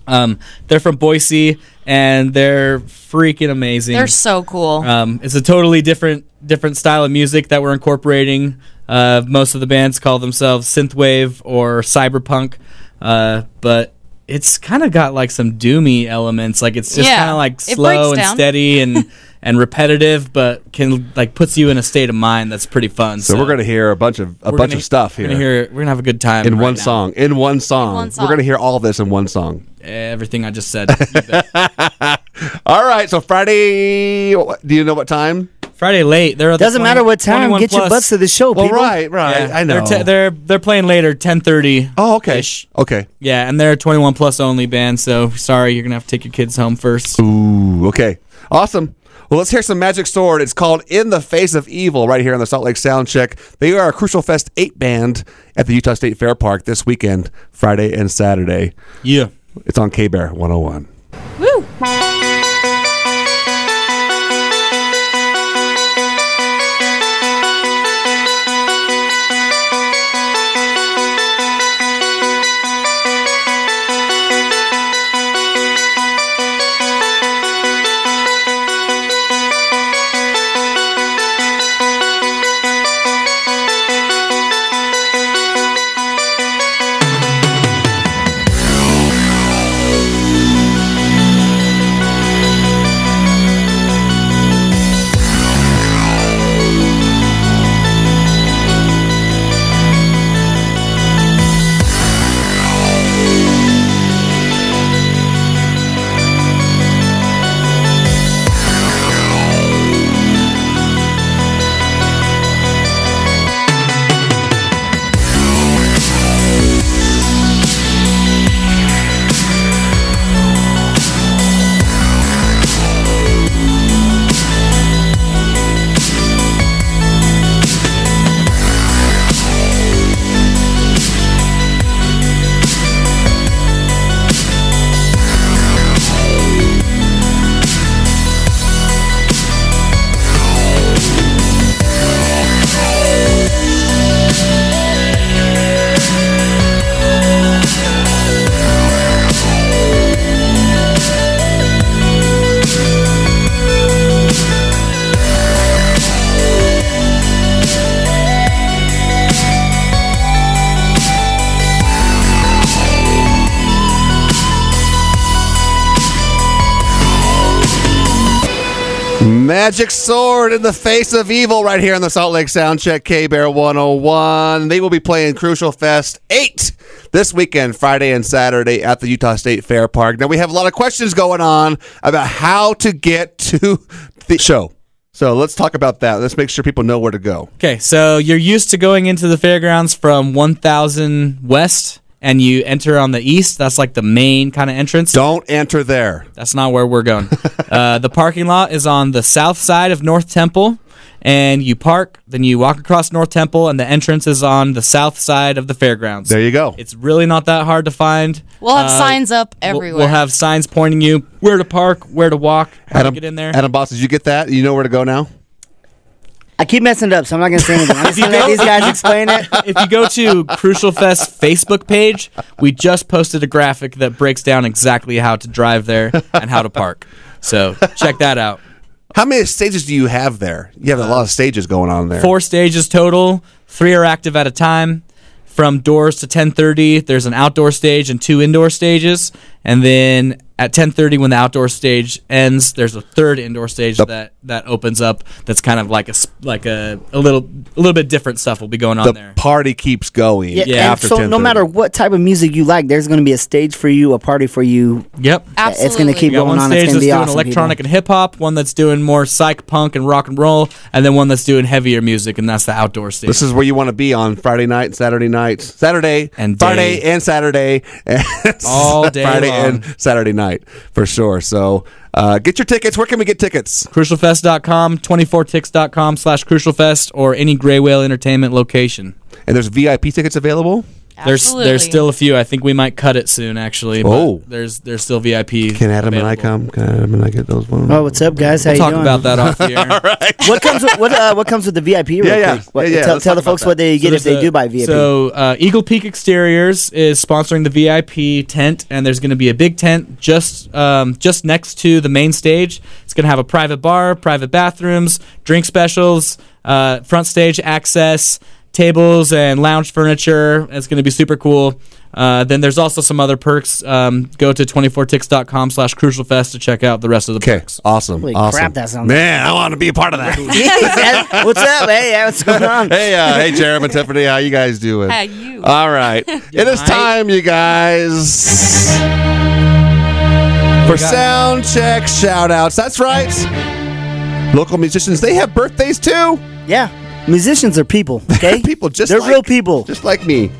[SPEAKER 7] Um, they're from Boise, and they're freaking amazing.
[SPEAKER 8] They're so cool.
[SPEAKER 5] Uh,
[SPEAKER 7] Um, it's a totally different different style of music that we're incorporating. Uh, most of the bands call themselves synthwave or cyberpunk, uh, but it's kind of got like some doomy elements. Like it's just
[SPEAKER 8] Yeah,
[SPEAKER 7] kind of like
[SPEAKER 8] it breaks
[SPEAKER 7] slow and
[SPEAKER 8] down.
[SPEAKER 7] steady and and repetitive, but can like puts you in a state of mind that's pretty fun.
[SPEAKER 5] So we're going to hear a bunch of a
[SPEAKER 7] we're
[SPEAKER 5] bunch
[SPEAKER 7] gonna-
[SPEAKER 5] of stuff
[SPEAKER 7] We're
[SPEAKER 5] here
[SPEAKER 7] gonna hear. We're gonna have a good time
[SPEAKER 5] in
[SPEAKER 7] right
[SPEAKER 5] one
[SPEAKER 7] now.
[SPEAKER 5] song. In one song,
[SPEAKER 8] one
[SPEAKER 5] we're
[SPEAKER 8] song.
[SPEAKER 5] going to hear all this in one song.
[SPEAKER 7] Everything I just said. You bet.
[SPEAKER 5] All right, so Friday, do you know what time?
[SPEAKER 7] Friday late. They're at the
[SPEAKER 6] Doesn't
[SPEAKER 7] 20
[SPEAKER 6] matter what time.
[SPEAKER 7] 21
[SPEAKER 6] Get your
[SPEAKER 7] plus.
[SPEAKER 6] butts to the show,
[SPEAKER 5] Well,
[SPEAKER 6] people.
[SPEAKER 5] right, right.
[SPEAKER 7] Yeah,
[SPEAKER 5] I know.
[SPEAKER 7] They're, te- they're they're playing later, ten thirty.
[SPEAKER 5] oh, okay.
[SPEAKER 7] ish.
[SPEAKER 5] Okay.
[SPEAKER 7] Yeah, and they're a twenty one plus only band. So sorry, you're gonna have to take your kids home first.
[SPEAKER 5] Ooh, okay. Awesome. Well, let's hear some Magic Sword. It's called In the Face of Evil right here on the Salt Lake Soundcheck. They are a Crucial Fest 8 band at the Utah State Fair Park this weekend, Friday and Saturday.
[SPEAKER 7] Yeah.
[SPEAKER 5] It's on K Bear 101.
[SPEAKER 8] Woo!
[SPEAKER 5] Magic Sword in the Face of Evil right here on the Salt Lake Soundcheck K Bear 101. They will be playing Crucial Fest 8 this weekend, Friday and Saturday at the Utah State Fair Park. Now, we have a lot of questions going on about how to get to the show. So let's talk about that. Let's make sure people know where to go.
[SPEAKER 7] Okay, so you're used to going into the fairgrounds from 1000 West and you enter on the east. That's like the main kind of entrance.
[SPEAKER 5] Don't enter there.
[SPEAKER 7] That's not where we're going. uh, the parking lot is on the south side of North Temple. And you park, then you walk across North Temple, and the entrance is on the south side of the fairgrounds.
[SPEAKER 5] There you go.
[SPEAKER 7] It's really not that hard to find.
[SPEAKER 8] We'll have
[SPEAKER 7] Uh,
[SPEAKER 8] signs up
[SPEAKER 7] we'll-
[SPEAKER 8] everywhere.
[SPEAKER 7] We'll have signs pointing you where to park, where to walk, how
[SPEAKER 5] Adam,
[SPEAKER 7] to get in there.
[SPEAKER 5] Adam Boss, did you get that? You know where to go now?
[SPEAKER 6] I keep messing it up, so I'm not gonna say anything. I'm just gonna let these guys explain it.
[SPEAKER 7] if you go to Crucial Fest Facebook page, we just posted a graphic that breaks down exactly how to drive there and how to park. So check that out.
[SPEAKER 5] How many stages do you have there? You have a lot of stages going on there.
[SPEAKER 7] Four stages total. Three are active at a time. From doors to 10:30, there's an outdoor stage and two indoor stages, and then at 10:30 when the outdoor stage ends, there's a third indoor stage that that opens up. That's kind of like a s- like a, a little a little bit different stuff will be going on
[SPEAKER 5] The
[SPEAKER 7] there.
[SPEAKER 5] party keeps going.
[SPEAKER 7] Yeah,
[SPEAKER 6] and
[SPEAKER 5] after
[SPEAKER 6] so no
[SPEAKER 5] 10:30.
[SPEAKER 6] matter what type of music you like, there's gonna be a stage for you, a party for you.
[SPEAKER 7] Yep.
[SPEAKER 8] Absolutely.
[SPEAKER 6] It's gonna keep
[SPEAKER 7] We got
[SPEAKER 6] going
[SPEAKER 7] one
[SPEAKER 6] on.
[SPEAKER 7] stage
[SPEAKER 6] It's gonna
[SPEAKER 7] that's
[SPEAKER 6] be
[SPEAKER 7] doing
[SPEAKER 6] awesome.
[SPEAKER 7] electronic
[SPEAKER 6] people.
[SPEAKER 7] and hip hop, one that's doing more psych punk and rock and roll, and then one that's doing heavier music, and that's the outdoor stage.
[SPEAKER 5] This is where you want to be on Friday night, Saturday night, Saturday
[SPEAKER 7] And day.
[SPEAKER 5] Friday and Saturday, and
[SPEAKER 7] All day
[SPEAKER 5] Friday
[SPEAKER 7] long.
[SPEAKER 5] and Saturday night for sure. So uh, get your tickets. Where can we get tickets?
[SPEAKER 7] crucialfest.com, 24tix.com slash crucialfest, or any Grey Whale Entertainment location.
[SPEAKER 5] And there's VIP tickets available.
[SPEAKER 7] There's
[SPEAKER 8] Absolutely.
[SPEAKER 7] there's still a few. I think we might cut it soon, actually. but
[SPEAKER 5] Oh.
[SPEAKER 7] there's there's still VIP.
[SPEAKER 5] Can Adam and I
[SPEAKER 7] available.
[SPEAKER 5] come? Can Adam and I get those one?
[SPEAKER 6] Oh, what's up, guys? How you
[SPEAKER 7] Talk
[SPEAKER 6] doing?
[SPEAKER 7] about that off the air.
[SPEAKER 6] What comes with what, uh, what comes with the VIP? Real
[SPEAKER 5] Yeah, yeah.
[SPEAKER 6] quick? What,
[SPEAKER 5] Yeah, yeah.
[SPEAKER 6] Tell,
[SPEAKER 5] Let's
[SPEAKER 6] tell
[SPEAKER 5] talk
[SPEAKER 6] the folks
[SPEAKER 5] about
[SPEAKER 6] what they get if
[SPEAKER 7] So
[SPEAKER 6] they
[SPEAKER 7] there's
[SPEAKER 6] do
[SPEAKER 7] a-
[SPEAKER 6] buy VIP.
[SPEAKER 7] So uh, Eagle Peak Exteriors is sponsoring the VIP tent, and there's going to be a big tent just um, just next to the main stage. It's going to have a private bar, private bathrooms, drink specials, uh, front stage access, tables and lounge furniture. It's going to be super cool. Uh, then there's also some other perks. Um, go to 24tix.com slash crucialfest to check out the rest of the
[SPEAKER 5] Okay,
[SPEAKER 7] perks.
[SPEAKER 5] awesome,
[SPEAKER 6] Holy
[SPEAKER 5] awesome.
[SPEAKER 6] crap, that sounds-
[SPEAKER 5] Man, I want to be a part of that.
[SPEAKER 6] what's up? Hey, yeah, what's going on?
[SPEAKER 5] hey, uh, hey, Jeremy and Tiffany, how you guys doing?
[SPEAKER 8] How you?
[SPEAKER 5] Uh, All right, it is time, you guys. for sound check shout outs. That's right. Local musicians, they have birthdays too.
[SPEAKER 6] Yeah. Musicians are people, okay?
[SPEAKER 5] People just
[SPEAKER 6] They're
[SPEAKER 5] like-
[SPEAKER 6] real people.
[SPEAKER 5] Just like me.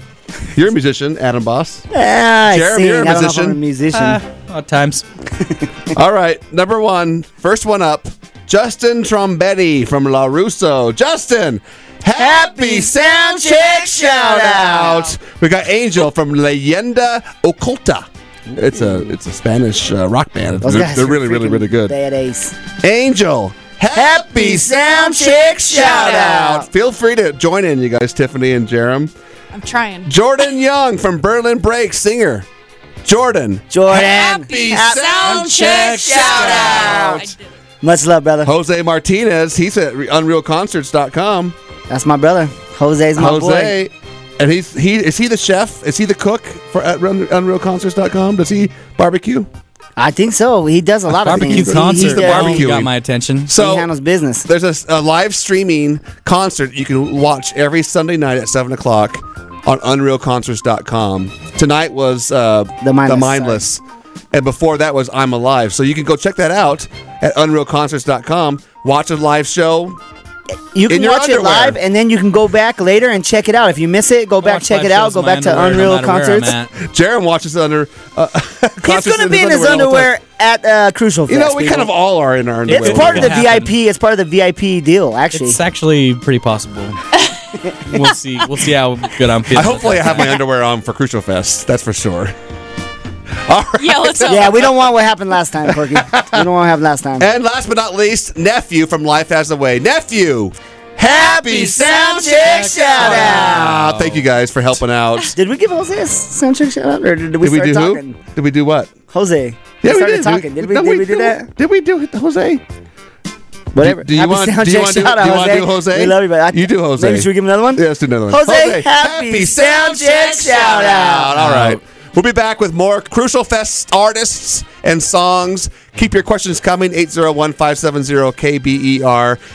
[SPEAKER 5] You're a musician, Adam Boss.
[SPEAKER 6] Ah, I
[SPEAKER 5] Jeremy,
[SPEAKER 6] sing.
[SPEAKER 5] you're a
[SPEAKER 6] I don't know if I'm a
[SPEAKER 5] musician. Uh,
[SPEAKER 6] musician.
[SPEAKER 7] Odd times.
[SPEAKER 5] All right, number one, first one up, Justin Trombetti from La Russo. Justin, happy sound check shout out. We got Angel from Leyenda Oculta. It's a it's a Spanish uh, rock band.
[SPEAKER 6] Those
[SPEAKER 5] They're,
[SPEAKER 6] guys
[SPEAKER 5] they're
[SPEAKER 6] are
[SPEAKER 5] really really
[SPEAKER 6] freaking
[SPEAKER 5] really good.
[SPEAKER 6] Bad ace.
[SPEAKER 5] Angel. Happy sound check shout out. Feel free to join in, you guys, Tiffany and Jerem.
[SPEAKER 8] I'm trying.
[SPEAKER 5] Jordan Young from Berlin Break, singer. Jordan.
[SPEAKER 6] Jordan.
[SPEAKER 5] sound check shout
[SPEAKER 8] I did it.
[SPEAKER 6] Much love, brother.
[SPEAKER 5] Jose Martinez, he's at unrealconcerts.com.
[SPEAKER 6] That's my brother. Jose's my boy.
[SPEAKER 5] Jose, and he's he is he the chef? Is he the cook for at Run- unrealconcerts.com? Does he barbecue?
[SPEAKER 6] I think so. He does a lot of
[SPEAKER 7] Barbecue
[SPEAKER 6] things. He-
[SPEAKER 7] concert.
[SPEAKER 6] He's the
[SPEAKER 5] barbecue.
[SPEAKER 6] barbecue.
[SPEAKER 7] got my attention.
[SPEAKER 6] he
[SPEAKER 5] So
[SPEAKER 6] handles business.
[SPEAKER 5] there's a, s- a live streaming concert you can watch every Sunday night at seven o'clock on unrealconcerts.com. Tonight was uh,
[SPEAKER 6] The Mindless,
[SPEAKER 5] Mindless. And before that was I'm Alive. So you can go check that out at unrealconcerts.com. Watch a live show.
[SPEAKER 6] You
[SPEAKER 5] in
[SPEAKER 6] can
[SPEAKER 5] your
[SPEAKER 6] watch it
[SPEAKER 5] underwear.
[SPEAKER 6] live, and then you can go back later and check it out. If you miss it, go back,
[SPEAKER 7] Watch
[SPEAKER 6] check
[SPEAKER 7] live
[SPEAKER 6] it out.
[SPEAKER 7] shows
[SPEAKER 6] Go
[SPEAKER 7] in my
[SPEAKER 6] back to
[SPEAKER 7] underwear, no
[SPEAKER 6] Unreal
[SPEAKER 7] matter where I'm
[SPEAKER 6] Concerts.
[SPEAKER 7] at.
[SPEAKER 5] Jaron watches under. Uh,
[SPEAKER 6] He's
[SPEAKER 5] concerts
[SPEAKER 6] going to be in his
[SPEAKER 5] all the time.
[SPEAKER 6] underwear at uh, Crucial
[SPEAKER 5] You
[SPEAKER 6] Fest,
[SPEAKER 5] know, we
[SPEAKER 6] people.
[SPEAKER 5] kind of all are in our underwear.
[SPEAKER 6] It's part of the
[SPEAKER 7] It happened.
[SPEAKER 6] VIP. It's part of the VIP deal, actually.
[SPEAKER 7] It's actually pretty possible. we'll see. We'll see how good I'm feeling.
[SPEAKER 5] I hopefully I have my underwear on for Crucial Fest. That's for sure.
[SPEAKER 8] Yeah, what's up?
[SPEAKER 6] yeah, we don't want what happened last time, Corky. we don't want what happened last time.
[SPEAKER 5] And last but not least, nephew from Life Has a Way. Nephew, happy sound check shout out. Thank you guys for helping out.
[SPEAKER 6] Did we give Jose a sound check shout out, or did we
[SPEAKER 5] Did we
[SPEAKER 6] start
[SPEAKER 5] do
[SPEAKER 6] talking?
[SPEAKER 5] who? Did we do what?
[SPEAKER 6] Jose. we started talking. Did we,
[SPEAKER 5] no,
[SPEAKER 6] did we do that?
[SPEAKER 5] Did we do Jose?
[SPEAKER 6] Whatever.
[SPEAKER 5] do you
[SPEAKER 6] Happy
[SPEAKER 5] want-
[SPEAKER 6] sound
[SPEAKER 5] do you
[SPEAKER 6] check
[SPEAKER 5] wanna do-
[SPEAKER 6] shout out,
[SPEAKER 5] do you wanna do Jose?
[SPEAKER 6] We love you, but I-
[SPEAKER 5] You do Jose.
[SPEAKER 6] Maybe should we give him another one?
[SPEAKER 5] Yeah, let's do another one.
[SPEAKER 6] Jose, happy sound check shout out.
[SPEAKER 5] All right. We'll be back with more Crucial Fest artists and songs. Keep your questions coming, 801-570-KBER. E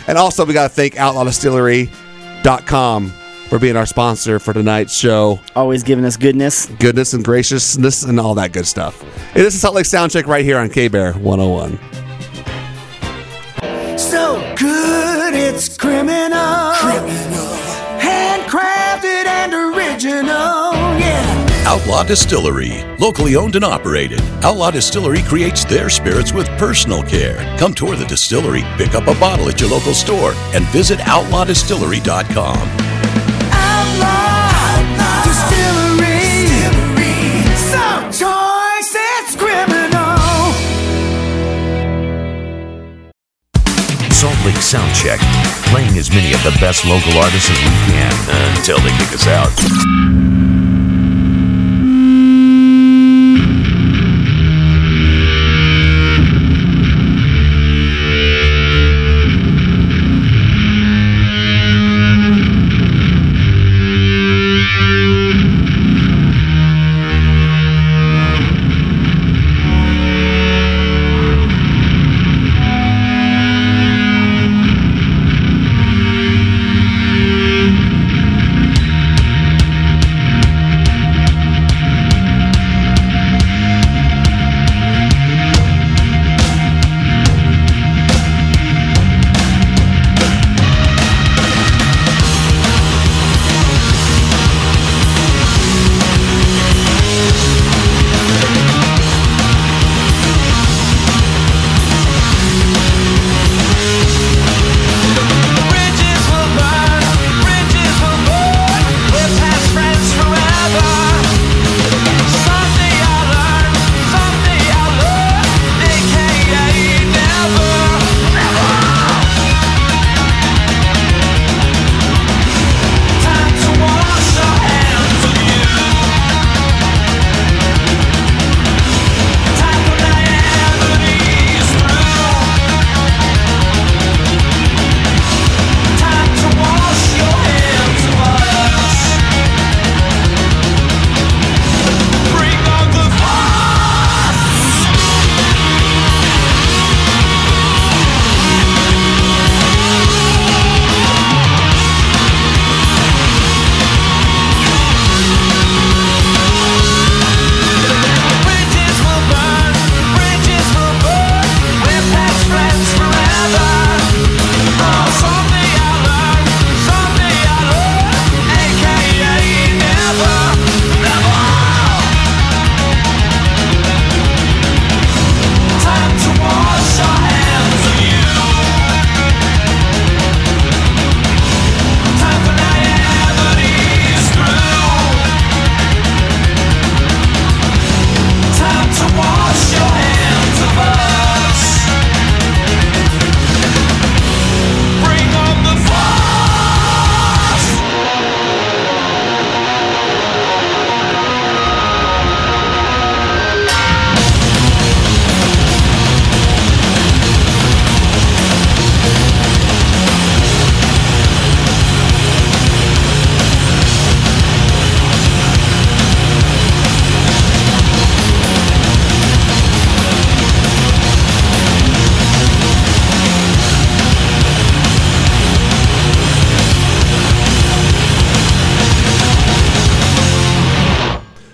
[SPEAKER 5] And also, we got to thank outlawdistillery.com for being our sponsor for tonight's show.
[SPEAKER 6] Always giving us goodness.
[SPEAKER 5] Goodness and graciousness and all that good stuff. And this is Salt Lake Soundcheck right here on K-Bear 101.
[SPEAKER 4] so good it's criminal. Handcrafted and original, yeah.
[SPEAKER 1] Outlaw Distillery, locally owned and operated. Outlaw Distillery creates their spirits with personal care. Come tour the distillery, pick up a bottle at your local store, and visit outlawdistillery.com.
[SPEAKER 4] Outlaw, distillery. So choice it's criminal.
[SPEAKER 1] Salt Lake Soundcheck, playing as many of the best local artists as we can until they kick us out.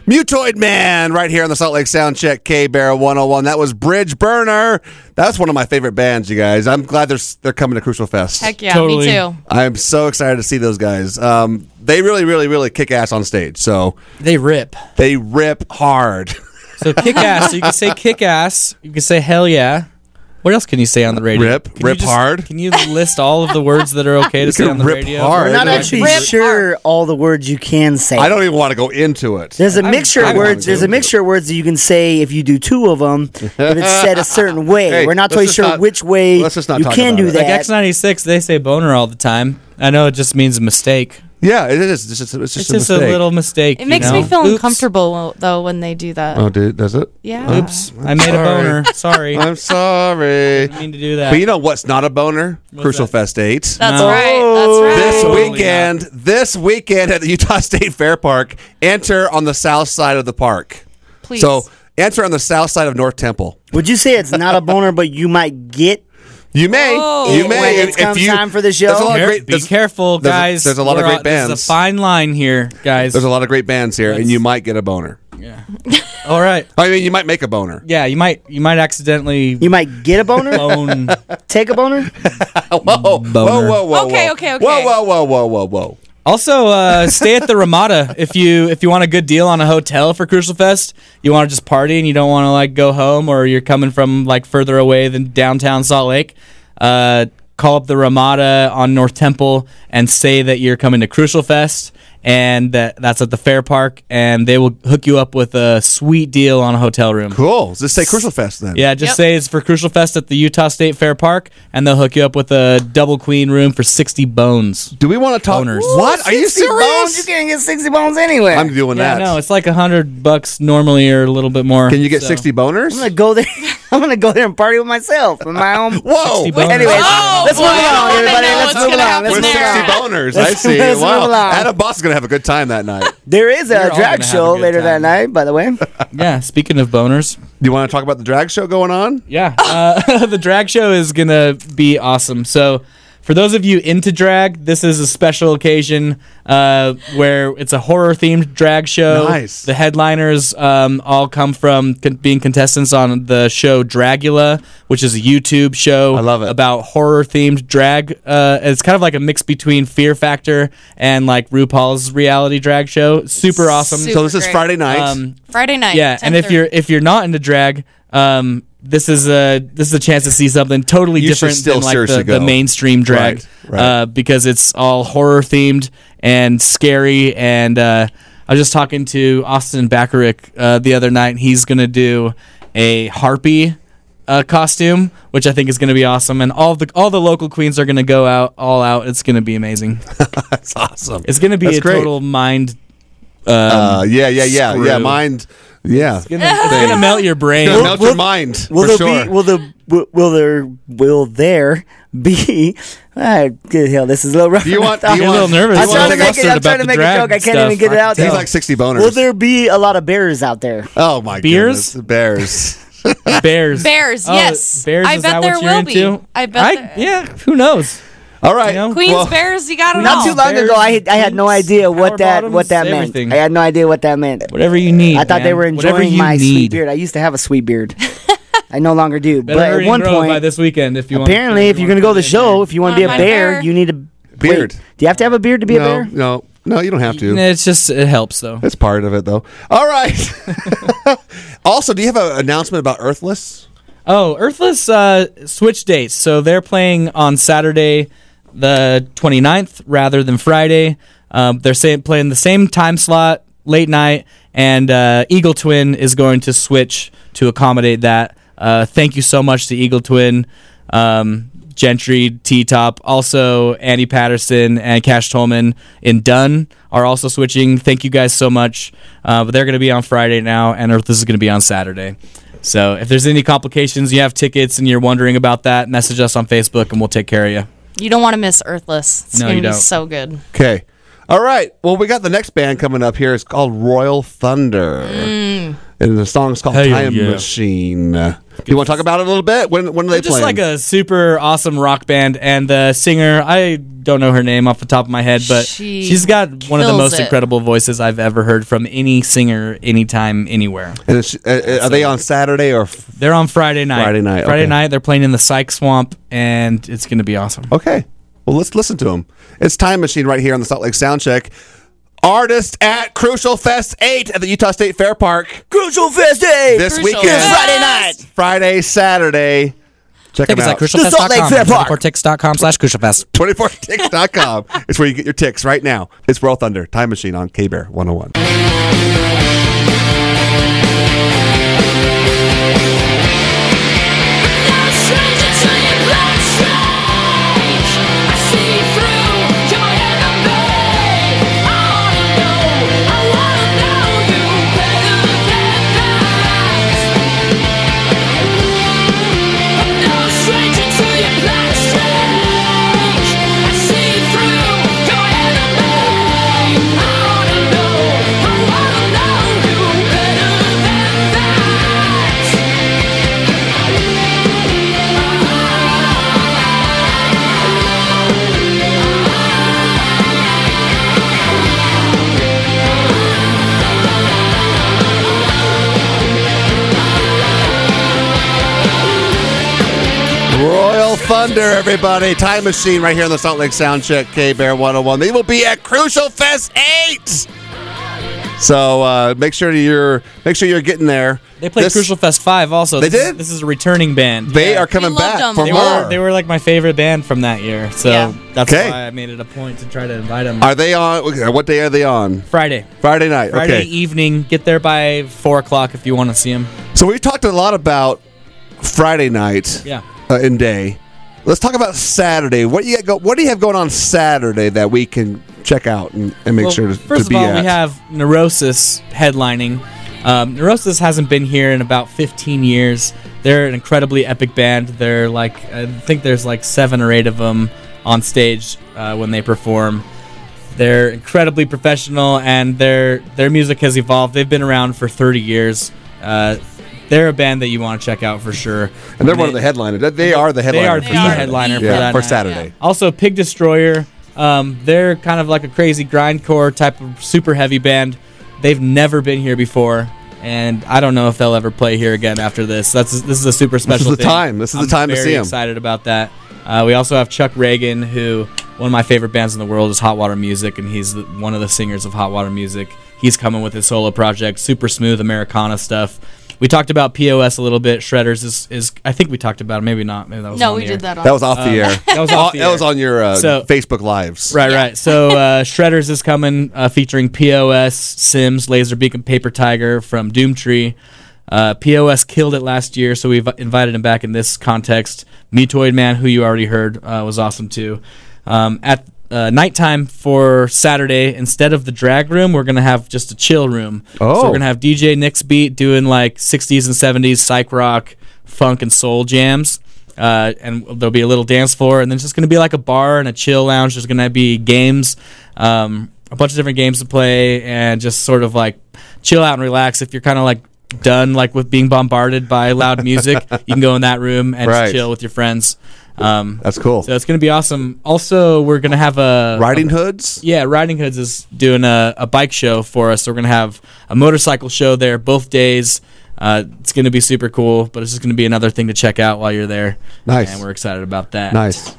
[SPEAKER 5] Mutoid Man right here on the Salt Lake Soundcheck K Bear 101. That was Bridge Burner. That's one of my favorite bands, you guys. I'm glad they're s- they're coming to Crucial Fest.
[SPEAKER 8] Heck yeah,
[SPEAKER 7] Totally.
[SPEAKER 8] me too.
[SPEAKER 5] I'm so excited to see those guys. Um, they really, really, really kick ass on stage. So
[SPEAKER 7] They rip.
[SPEAKER 5] they rip hard.
[SPEAKER 7] So kick ass. so you can say kick ass. You can say hell yeah. What else can you say on the radio?
[SPEAKER 5] Rip.
[SPEAKER 7] Can you
[SPEAKER 5] Rip hard.
[SPEAKER 7] Can you list all of the words that are okay to say
[SPEAKER 5] can
[SPEAKER 7] on the
[SPEAKER 5] rip
[SPEAKER 7] radio?
[SPEAKER 5] hard.
[SPEAKER 6] We're not
[SPEAKER 5] Rip
[SPEAKER 6] actually
[SPEAKER 8] art.
[SPEAKER 6] sure all the words you can say.
[SPEAKER 5] I don't even want to go into it.
[SPEAKER 6] There's a mixture
[SPEAKER 7] I
[SPEAKER 6] of
[SPEAKER 7] wanna
[SPEAKER 6] words. There's
[SPEAKER 5] do
[SPEAKER 6] a mixture of words that you can say if you do two of them. if it's said a certain way,
[SPEAKER 5] Hey,
[SPEAKER 6] we're
[SPEAKER 5] let's
[SPEAKER 6] not totally
[SPEAKER 5] just
[SPEAKER 6] sure
[SPEAKER 5] not-
[SPEAKER 6] which way
[SPEAKER 5] let's just not
[SPEAKER 6] you
[SPEAKER 5] talk
[SPEAKER 6] can
[SPEAKER 5] about
[SPEAKER 6] do
[SPEAKER 5] it.
[SPEAKER 7] Like
[SPEAKER 6] that.
[SPEAKER 7] X ninety six, they say boner all the time. I know it just means a mistake.
[SPEAKER 5] Yeah, it is. It's just, it's just
[SPEAKER 7] It's
[SPEAKER 5] a
[SPEAKER 7] just a
[SPEAKER 5] mistake.
[SPEAKER 7] little mistake.
[SPEAKER 8] It
[SPEAKER 7] you
[SPEAKER 8] makes me
[SPEAKER 7] know?
[SPEAKER 8] feel
[SPEAKER 7] Oops.
[SPEAKER 8] uncomfortable though when they do that.
[SPEAKER 5] Oh, dude, does it?
[SPEAKER 8] yeah.
[SPEAKER 7] Oops, I made a boner. Sorry, I
[SPEAKER 5] I'm sorry.
[SPEAKER 7] didn't mean to do that.
[SPEAKER 5] But you know what's not a boner? Crucial
[SPEAKER 7] that?
[SPEAKER 5] Fest 8.
[SPEAKER 8] That's
[SPEAKER 7] No.
[SPEAKER 8] right. That's
[SPEAKER 5] this
[SPEAKER 8] right.
[SPEAKER 7] Totally
[SPEAKER 5] weekend, this weekend at the Utah State Fair Park, enter on the south side of the park.
[SPEAKER 8] Please.
[SPEAKER 5] So enter on the south side of North Temple.
[SPEAKER 6] Would you say it's not a boner, but you might get?
[SPEAKER 5] You may,
[SPEAKER 8] Whoa.
[SPEAKER 5] you may.
[SPEAKER 6] When
[SPEAKER 5] if-
[SPEAKER 6] it's
[SPEAKER 5] if
[SPEAKER 6] come
[SPEAKER 5] you-
[SPEAKER 6] time for the show.
[SPEAKER 5] There's a lot of
[SPEAKER 7] Care-
[SPEAKER 5] great,
[SPEAKER 7] be
[SPEAKER 5] there's,
[SPEAKER 7] careful,
[SPEAKER 5] there's a-
[SPEAKER 7] guys.
[SPEAKER 5] there's a lot of
[SPEAKER 7] We're
[SPEAKER 5] great
[SPEAKER 7] on- this
[SPEAKER 5] bands.
[SPEAKER 7] is a fine line here, guys.
[SPEAKER 5] there's a lot of great bands here, and you might get a boner.
[SPEAKER 7] All right.
[SPEAKER 5] I mean, you might make a boner.
[SPEAKER 7] Yeah, you might you might accidentally
[SPEAKER 6] You might get a boner,
[SPEAKER 7] bone.
[SPEAKER 6] take a boner.
[SPEAKER 5] Whoa, whoa, whoa, whoa!
[SPEAKER 8] Okay,
[SPEAKER 5] whoa.
[SPEAKER 8] okay, okay.
[SPEAKER 5] Whoa, whoa, whoa, whoa, whoa, whoa!
[SPEAKER 7] Also, uh, stay at the Ramada if you if you want a good deal on a hotel for Crucial Fest. You want to just party and you don't want to like go home, or you're coming from like further away than downtown Salt Lake. Uh, call up the Ramada on North Temple and say that you're coming to Crucial Fest, and that that's at the Fair Park, and they will hook you up with a sweet deal on a hotel room.
[SPEAKER 5] Cool. Let's say Crucial Fest then.
[SPEAKER 7] Yeah, just
[SPEAKER 8] Yep.
[SPEAKER 7] say it's for Crucial Fest at the Utah State Fair Park, and they'll hook you up with a double queen room for sixty bones.
[SPEAKER 5] Do we want to talk?
[SPEAKER 7] Boners.
[SPEAKER 5] What? Are you
[SPEAKER 6] 60 Bones, you
[SPEAKER 5] serious?
[SPEAKER 6] can't get sixty bones anywhere.
[SPEAKER 5] I'm
[SPEAKER 6] I'm
[SPEAKER 5] doing
[SPEAKER 7] Yeah,
[SPEAKER 5] that.
[SPEAKER 7] no, it's like a hundred bucks normally, or a little bit more.
[SPEAKER 5] Can you get
[SPEAKER 7] so.
[SPEAKER 5] sixty boners?
[SPEAKER 6] gonna go there. I'm gonna go there and party with myself in my own.
[SPEAKER 5] Whoa!
[SPEAKER 7] 60 boners.
[SPEAKER 6] Anyways,
[SPEAKER 8] Oh,
[SPEAKER 6] let's move
[SPEAKER 8] boy.
[SPEAKER 6] along,
[SPEAKER 8] I
[SPEAKER 6] everybody.
[SPEAKER 8] know
[SPEAKER 6] Let's
[SPEAKER 8] what's
[SPEAKER 6] move
[SPEAKER 8] gonna
[SPEAKER 6] along. Let's
[SPEAKER 8] happen
[SPEAKER 5] With
[SPEAKER 6] move
[SPEAKER 8] there.
[SPEAKER 5] sixty
[SPEAKER 6] along.
[SPEAKER 5] boners, I
[SPEAKER 6] Let's-
[SPEAKER 5] see.
[SPEAKER 6] let's
[SPEAKER 5] Wow,
[SPEAKER 6] move along.
[SPEAKER 5] Adam Boss is gonna have a good time that night.
[SPEAKER 6] There is
[SPEAKER 7] all
[SPEAKER 6] a
[SPEAKER 7] gonna have
[SPEAKER 6] drag
[SPEAKER 7] a
[SPEAKER 6] show
[SPEAKER 7] good
[SPEAKER 6] later that
[SPEAKER 7] time.
[SPEAKER 6] night, by the way.
[SPEAKER 7] Yeah. Speaking of boners,
[SPEAKER 5] Do you want to talk about the drag show going on?
[SPEAKER 7] yeah, uh, the drag show is gonna be awesome. So, for those of you into drag, this is a special occasion uh, where it's a horror themed drag show.
[SPEAKER 5] Nice.
[SPEAKER 7] The headliners um, all come from con- being contestants on the show Dragula, which is a YouTube show.
[SPEAKER 5] I love it.
[SPEAKER 7] about horror themed drag. Uh, it's kind of like a mix between Fear Factor and like RuPaul's reality drag show. Super awesome. um,
[SPEAKER 8] Super
[SPEAKER 5] so this is
[SPEAKER 8] great.
[SPEAKER 5] Friday night.
[SPEAKER 8] Friday night.
[SPEAKER 7] Yeah, and if
[SPEAKER 8] 10:30.
[SPEAKER 7] you're if you're not into drag, um, this is a this is a chance to see something totally
[SPEAKER 5] You should
[SPEAKER 7] different
[SPEAKER 5] still
[SPEAKER 7] than like
[SPEAKER 5] seriously
[SPEAKER 7] the, the
[SPEAKER 5] go.
[SPEAKER 7] mainstream drag,
[SPEAKER 5] Right, right.
[SPEAKER 7] Uh, because it's all horror themed and scary. And uh, I was just talking to Austin Bacharach uh, the other night. and He's gonna do a harpy. Uh, costume, which I think is going to be awesome, and all the all the local queens are going to go out all out. It's going to be amazing.
[SPEAKER 5] That's awesome.
[SPEAKER 7] It's going to be
[SPEAKER 5] That's
[SPEAKER 7] a
[SPEAKER 5] great.
[SPEAKER 7] total mind.
[SPEAKER 5] Uh, yeah, yeah, yeah, yeah.
[SPEAKER 7] screw.
[SPEAKER 5] Mind. Yeah. It's gonna,
[SPEAKER 7] It's going to melt your brain.
[SPEAKER 5] melt your mind
[SPEAKER 6] Will
[SPEAKER 5] for
[SPEAKER 6] there
[SPEAKER 5] sure.
[SPEAKER 6] be? Will the? Will, will there? Will there be? Ah, good hell, this is a little rough.
[SPEAKER 5] do you
[SPEAKER 6] than I
[SPEAKER 5] want? Do
[SPEAKER 6] thought.
[SPEAKER 5] you
[SPEAKER 7] You're a
[SPEAKER 5] want
[SPEAKER 7] little nervous.
[SPEAKER 6] I'm
[SPEAKER 5] You want to
[SPEAKER 6] trying to
[SPEAKER 5] make
[SPEAKER 7] Like
[SPEAKER 5] it,
[SPEAKER 6] make it.
[SPEAKER 7] mustard
[SPEAKER 6] I'm trying
[SPEAKER 7] about
[SPEAKER 6] to
[SPEAKER 7] the
[SPEAKER 6] make a
[SPEAKER 7] drag
[SPEAKER 6] joke. I can't
[SPEAKER 7] stuff.
[SPEAKER 6] even get it out.
[SPEAKER 5] he's
[SPEAKER 6] though.
[SPEAKER 5] like sixty boners.
[SPEAKER 6] Will there be a lot of bears out there?
[SPEAKER 5] oh my
[SPEAKER 7] Beers?
[SPEAKER 5] goodness. bears.
[SPEAKER 7] Bears.
[SPEAKER 8] Bears,
[SPEAKER 7] Oh,
[SPEAKER 8] yes.
[SPEAKER 7] Bears.
[SPEAKER 8] I
[SPEAKER 7] is
[SPEAKER 8] bet
[SPEAKER 7] that
[SPEAKER 8] there
[SPEAKER 7] what you're
[SPEAKER 8] will be.
[SPEAKER 7] into?
[SPEAKER 8] I bet there-
[SPEAKER 7] yeah. Who knows?
[SPEAKER 5] All right.
[SPEAKER 7] You know?
[SPEAKER 8] Queens,
[SPEAKER 5] well,
[SPEAKER 8] Bears, you got it
[SPEAKER 6] Not
[SPEAKER 8] all.
[SPEAKER 6] too long
[SPEAKER 7] Bears,
[SPEAKER 6] ago, I had, I had no
[SPEAKER 7] boots,
[SPEAKER 6] idea what
[SPEAKER 7] power
[SPEAKER 6] that what
[SPEAKER 7] bottoms,
[SPEAKER 6] that meant.
[SPEAKER 7] everything.
[SPEAKER 6] I had no idea what that meant.
[SPEAKER 7] Whatever you need.
[SPEAKER 6] I thought they
[SPEAKER 7] man.
[SPEAKER 6] were
[SPEAKER 7] Whatever
[SPEAKER 6] enjoying
[SPEAKER 7] you
[SPEAKER 6] my sweet
[SPEAKER 7] need.
[SPEAKER 6] beard. I used to have a sweet beard. I no longer do.
[SPEAKER 7] Better
[SPEAKER 6] but
[SPEAKER 7] hurry
[SPEAKER 6] at
[SPEAKER 7] and
[SPEAKER 6] one
[SPEAKER 7] grow by
[SPEAKER 6] point,
[SPEAKER 7] this weekend if you want.
[SPEAKER 6] apparently, if you're going to go to the show, if you want to be a
[SPEAKER 8] Wanna find a
[SPEAKER 6] bear,
[SPEAKER 8] bear?
[SPEAKER 6] you need a
[SPEAKER 5] Beard.
[SPEAKER 6] Wait, do you have to have a beard to be a
[SPEAKER 5] no,
[SPEAKER 6] bear?
[SPEAKER 5] no, no. You don't have to.
[SPEAKER 7] it's just it helps though.
[SPEAKER 5] That's part of it, though. All right. also, do you have an announcement about Earthless?
[SPEAKER 7] Oh, Earthless uh, switch dates. So they're playing on Saturday, the 29th, rather than Friday. Um, they're say- playing the same time slot, late night, and uh, Eagle Twin is going to switch to accommodate that. Uh, thank you so much to Eagle Twin, um, Gentry, T Top, also Andy Patterson and Cash Tolman in Dunn are also switching. Thank you guys so much. Uh, but they're going to be on Friday now, and Earthless is going to be on Saturday. So if there's any complications, you have tickets, and you're wondering about that, message us on Facebook, and we'll take care of you.
[SPEAKER 8] You don't want to miss Earthless. It's
[SPEAKER 7] No,
[SPEAKER 8] going
[SPEAKER 7] you
[SPEAKER 8] to be
[SPEAKER 7] don't.
[SPEAKER 8] so good.
[SPEAKER 5] Okay. All right. Well, we got the next band coming up here. It's
[SPEAKER 7] Mm.
[SPEAKER 5] called Royal Thunder, and the song's called
[SPEAKER 7] Hell
[SPEAKER 5] Time
[SPEAKER 7] yeah.
[SPEAKER 5] Machine. You want to talk about it a little bit? When when are they
[SPEAKER 7] They're just
[SPEAKER 5] playing?
[SPEAKER 7] like a super awesome rock band, and the singer I don't know her name off the top of my head, but
[SPEAKER 8] She
[SPEAKER 7] has got one of the
[SPEAKER 8] kills
[SPEAKER 7] most
[SPEAKER 8] it.
[SPEAKER 7] incredible voices I've ever heard from any singer, anytime, anywhere.
[SPEAKER 5] And it's- uh, uh, are they on Saturday or? f-
[SPEAKER 7] They're on Friday night.
[SPEAKER 5] Friday night,
[SPEAKER 7] Friday
[SPEAKER 5] okay.
[SPEAKER 7] night. They're playing in the Psych Swamp, and it's going to be awesome.
[SPEAKER 5] Okay. Well, let's listen to them. It's Time Machine right here on the Salt Lake Soundcheck. Artist at Crucial Fest 8 at the Utah State Fair Park
[SPEAKER 6] Crucial Fest Day.
[SPEAKER 5] this
[SPEAKER 8] Crucial
[SPEAKER 5] weekend.
[SPEAKER 8] Fest.
[SPEAKER 6] Friday night.
[SPEAKER 5] Friday, Saturday. Check them
[SPEAKER 7] Tickets at
[SPEAKER 5] out.
[SPEAKER 6] The Salt Lake Fair Park.
[SPEAKER 7] crucialfest.com, slash crucialfest.
[SPEAKER 5] 24ticks.com. it's where you get your ticks right now. It's World Thunder, Time Machine on oh K Bear 101. Royal Thunder, everybody. Time Machine right here on the Salt Lake Soundcheck K Bear 101. They will be at Crucial Fest 8. So uh, make sure you're make sure you're getting there.
[SPEAKER 7] They played
[SPEAKER 5] This-
[SPEAKER 7] Crucial Fest 5 also.
[SPEAKER 5] They
[SPEAKER 7] This is-
[SPEAKER 5] did?
[SPEAKER 7] This is a returning band.
[SPEAKER 5] They
[SPEAKER 7] Yeah.
[SPEAKER 5] are coming
[SPEAKER 8] We loved
[SPEAKER 5] back
[SPEAKER 8] them.
[SPEAKER 5] for
[SPEAKER 7] They
[SPEAKER 5] more.
[SPEAKER 7] were, they were like my favorite band from that year. So
[SPEAKER 8] Yeah.
[SPEAKER 7] that's
[SPEAKER 5] Okay.
[SPEAKER 7] why I made it a point to try to invite them.
[SPEAKER 5] Are they on? What day are they on?
[SPEAKER 7] Friday.
[SPEAKER 5] Friday night.
[SPEAKER 7] Friday
[SPEAKER 5] okay.
[SPEAKER 7] evening. Get there by 4 o'clock if you want to see them.
[SPEAKER 5] So we talked a lot about Friday night
[SPEAKER 7] Yeah.
[SPEAKER 5] uh, and day. Let's talk about Saturday. What you got go, What do you have going on Saturday that we can check out and, and make
[SPEAKER 7] Well,
[SPEAKER 5] sure to,
[SPEAKER 7] first
[SPEAKER 5] to
[SPEAKER 7] of
[SPEAKER 5] be
[SPEAKER 7] all,
[SPEAKER 5] at?
[SPEAKER 7] we have Neurosis headlining. Um, Neurosis hasn't been here in about 15 years. They're an incredibly epic band. They're like, I think there's like seven or eight of them on stage uh, when they perform. They're incredibly professional, and their their music has evolved. They've been around for 30 years. Uh, they're a band that you want to check out for sure.
[SPEAKER 5] and they're one of the headliners. They, they are the headliner.
[SPEAKER 7] are
[SPEAKER 5] for
[SPEAKER 7] the
[SPEAKER 5] Saturday.
[SPEAKER 7] headliner for
[SPEAKER 5] yeah,
[SPEAKER 7] that
[SPEAKER 5] for
[SPEAKER 7] night.
[SPEAKER 5] Saturday.
[SPEAKER 7] Also, Pig Destroyer. Um, they're kind of like a crazy grindcore type of super heavy band. They've never been here before, and I don't know if they'll ever play here again after this. That's this is a super special.
[SPEAKER 5] the
[SPEAKER 7] thing.
[SPEAKER 5] time. This is the
[SPEAKER 7] I'm
[SPEAKER 5] time to
[SPEAKER 7] very
[SPEAKER 5] see 'em.
[SPEAKER 7] Excited about that. Uh, we also have Chuck Reagan, who one of my favorite bands in the world is Hot Water Music, and he's the, one of the singers of Hot Water Music. He's coming with his solo project, super smooth Americana stuff. We talked about POS a little bit. Shredders is, is I think we talked about it. Maybe not. Maybe that was
[SPEAKER 8] No,
[SPEAKER 7] on
[SPEAKER 8] we
[SPEAKER 7] the air.
[SPEAKER 8] did that on.
[SPEAKER 5] That was off the air.
[SPEAKER 7] That was Um, off the
[SPEAKER 5] That was
[SPEAKER 7] air.
[SPEAKER 5] on your uh,
[SPEAKER 7] So-
[SPEAKER 5] Facebook lives.
[SPEAKER 7] Right, right. So uh, Shredders is coming, uh, featuring POS, Sims, Laserbeak, and Paper Tiger from Doomtree. Uh, POS killed it last year, so we've invited him back in this context. Mutoid Man, who you already heard, uh, was awesome too. Um, at uh, nighttime for Saturday, instead of the drag room, we're gonna have just a chill room.
[SPEAKER 5] Oh.
[SPEAKER 7] so we're gonna have DJ Nick's beat doing like '60s and '70s psych rock, funk, and soul jams uh, and there'll be a little dance floor, and then it's just going to be like a bar and a chill lounge. There's going to be games, um, a bunch of different games to play, and just sort of like chill out and relax. If you're kind of like done like with being bombarded by loud music, you can go in that room and just
[SPEAKER 5] Right.
[SPEAKER 7] chill with your friends. Um,
[SPEAKER 5] That's cool.
[SPEAKER 7] so it's going to be awesome. Also, we're going to have a
[SPEAKER 5] Riding Hoods.
[SPEAKER 7] yeah, Riding Hoods is doing a, a bike show for us. So we're going to have a motorcycle show there both days. Uh, it's going to be super cool, but it's just going to be another thing to check out while you're there.
[SPEAKER 5] Nice.
[SPEAKER 7] And we're excited about that.
[SPEAKER 5] Nice.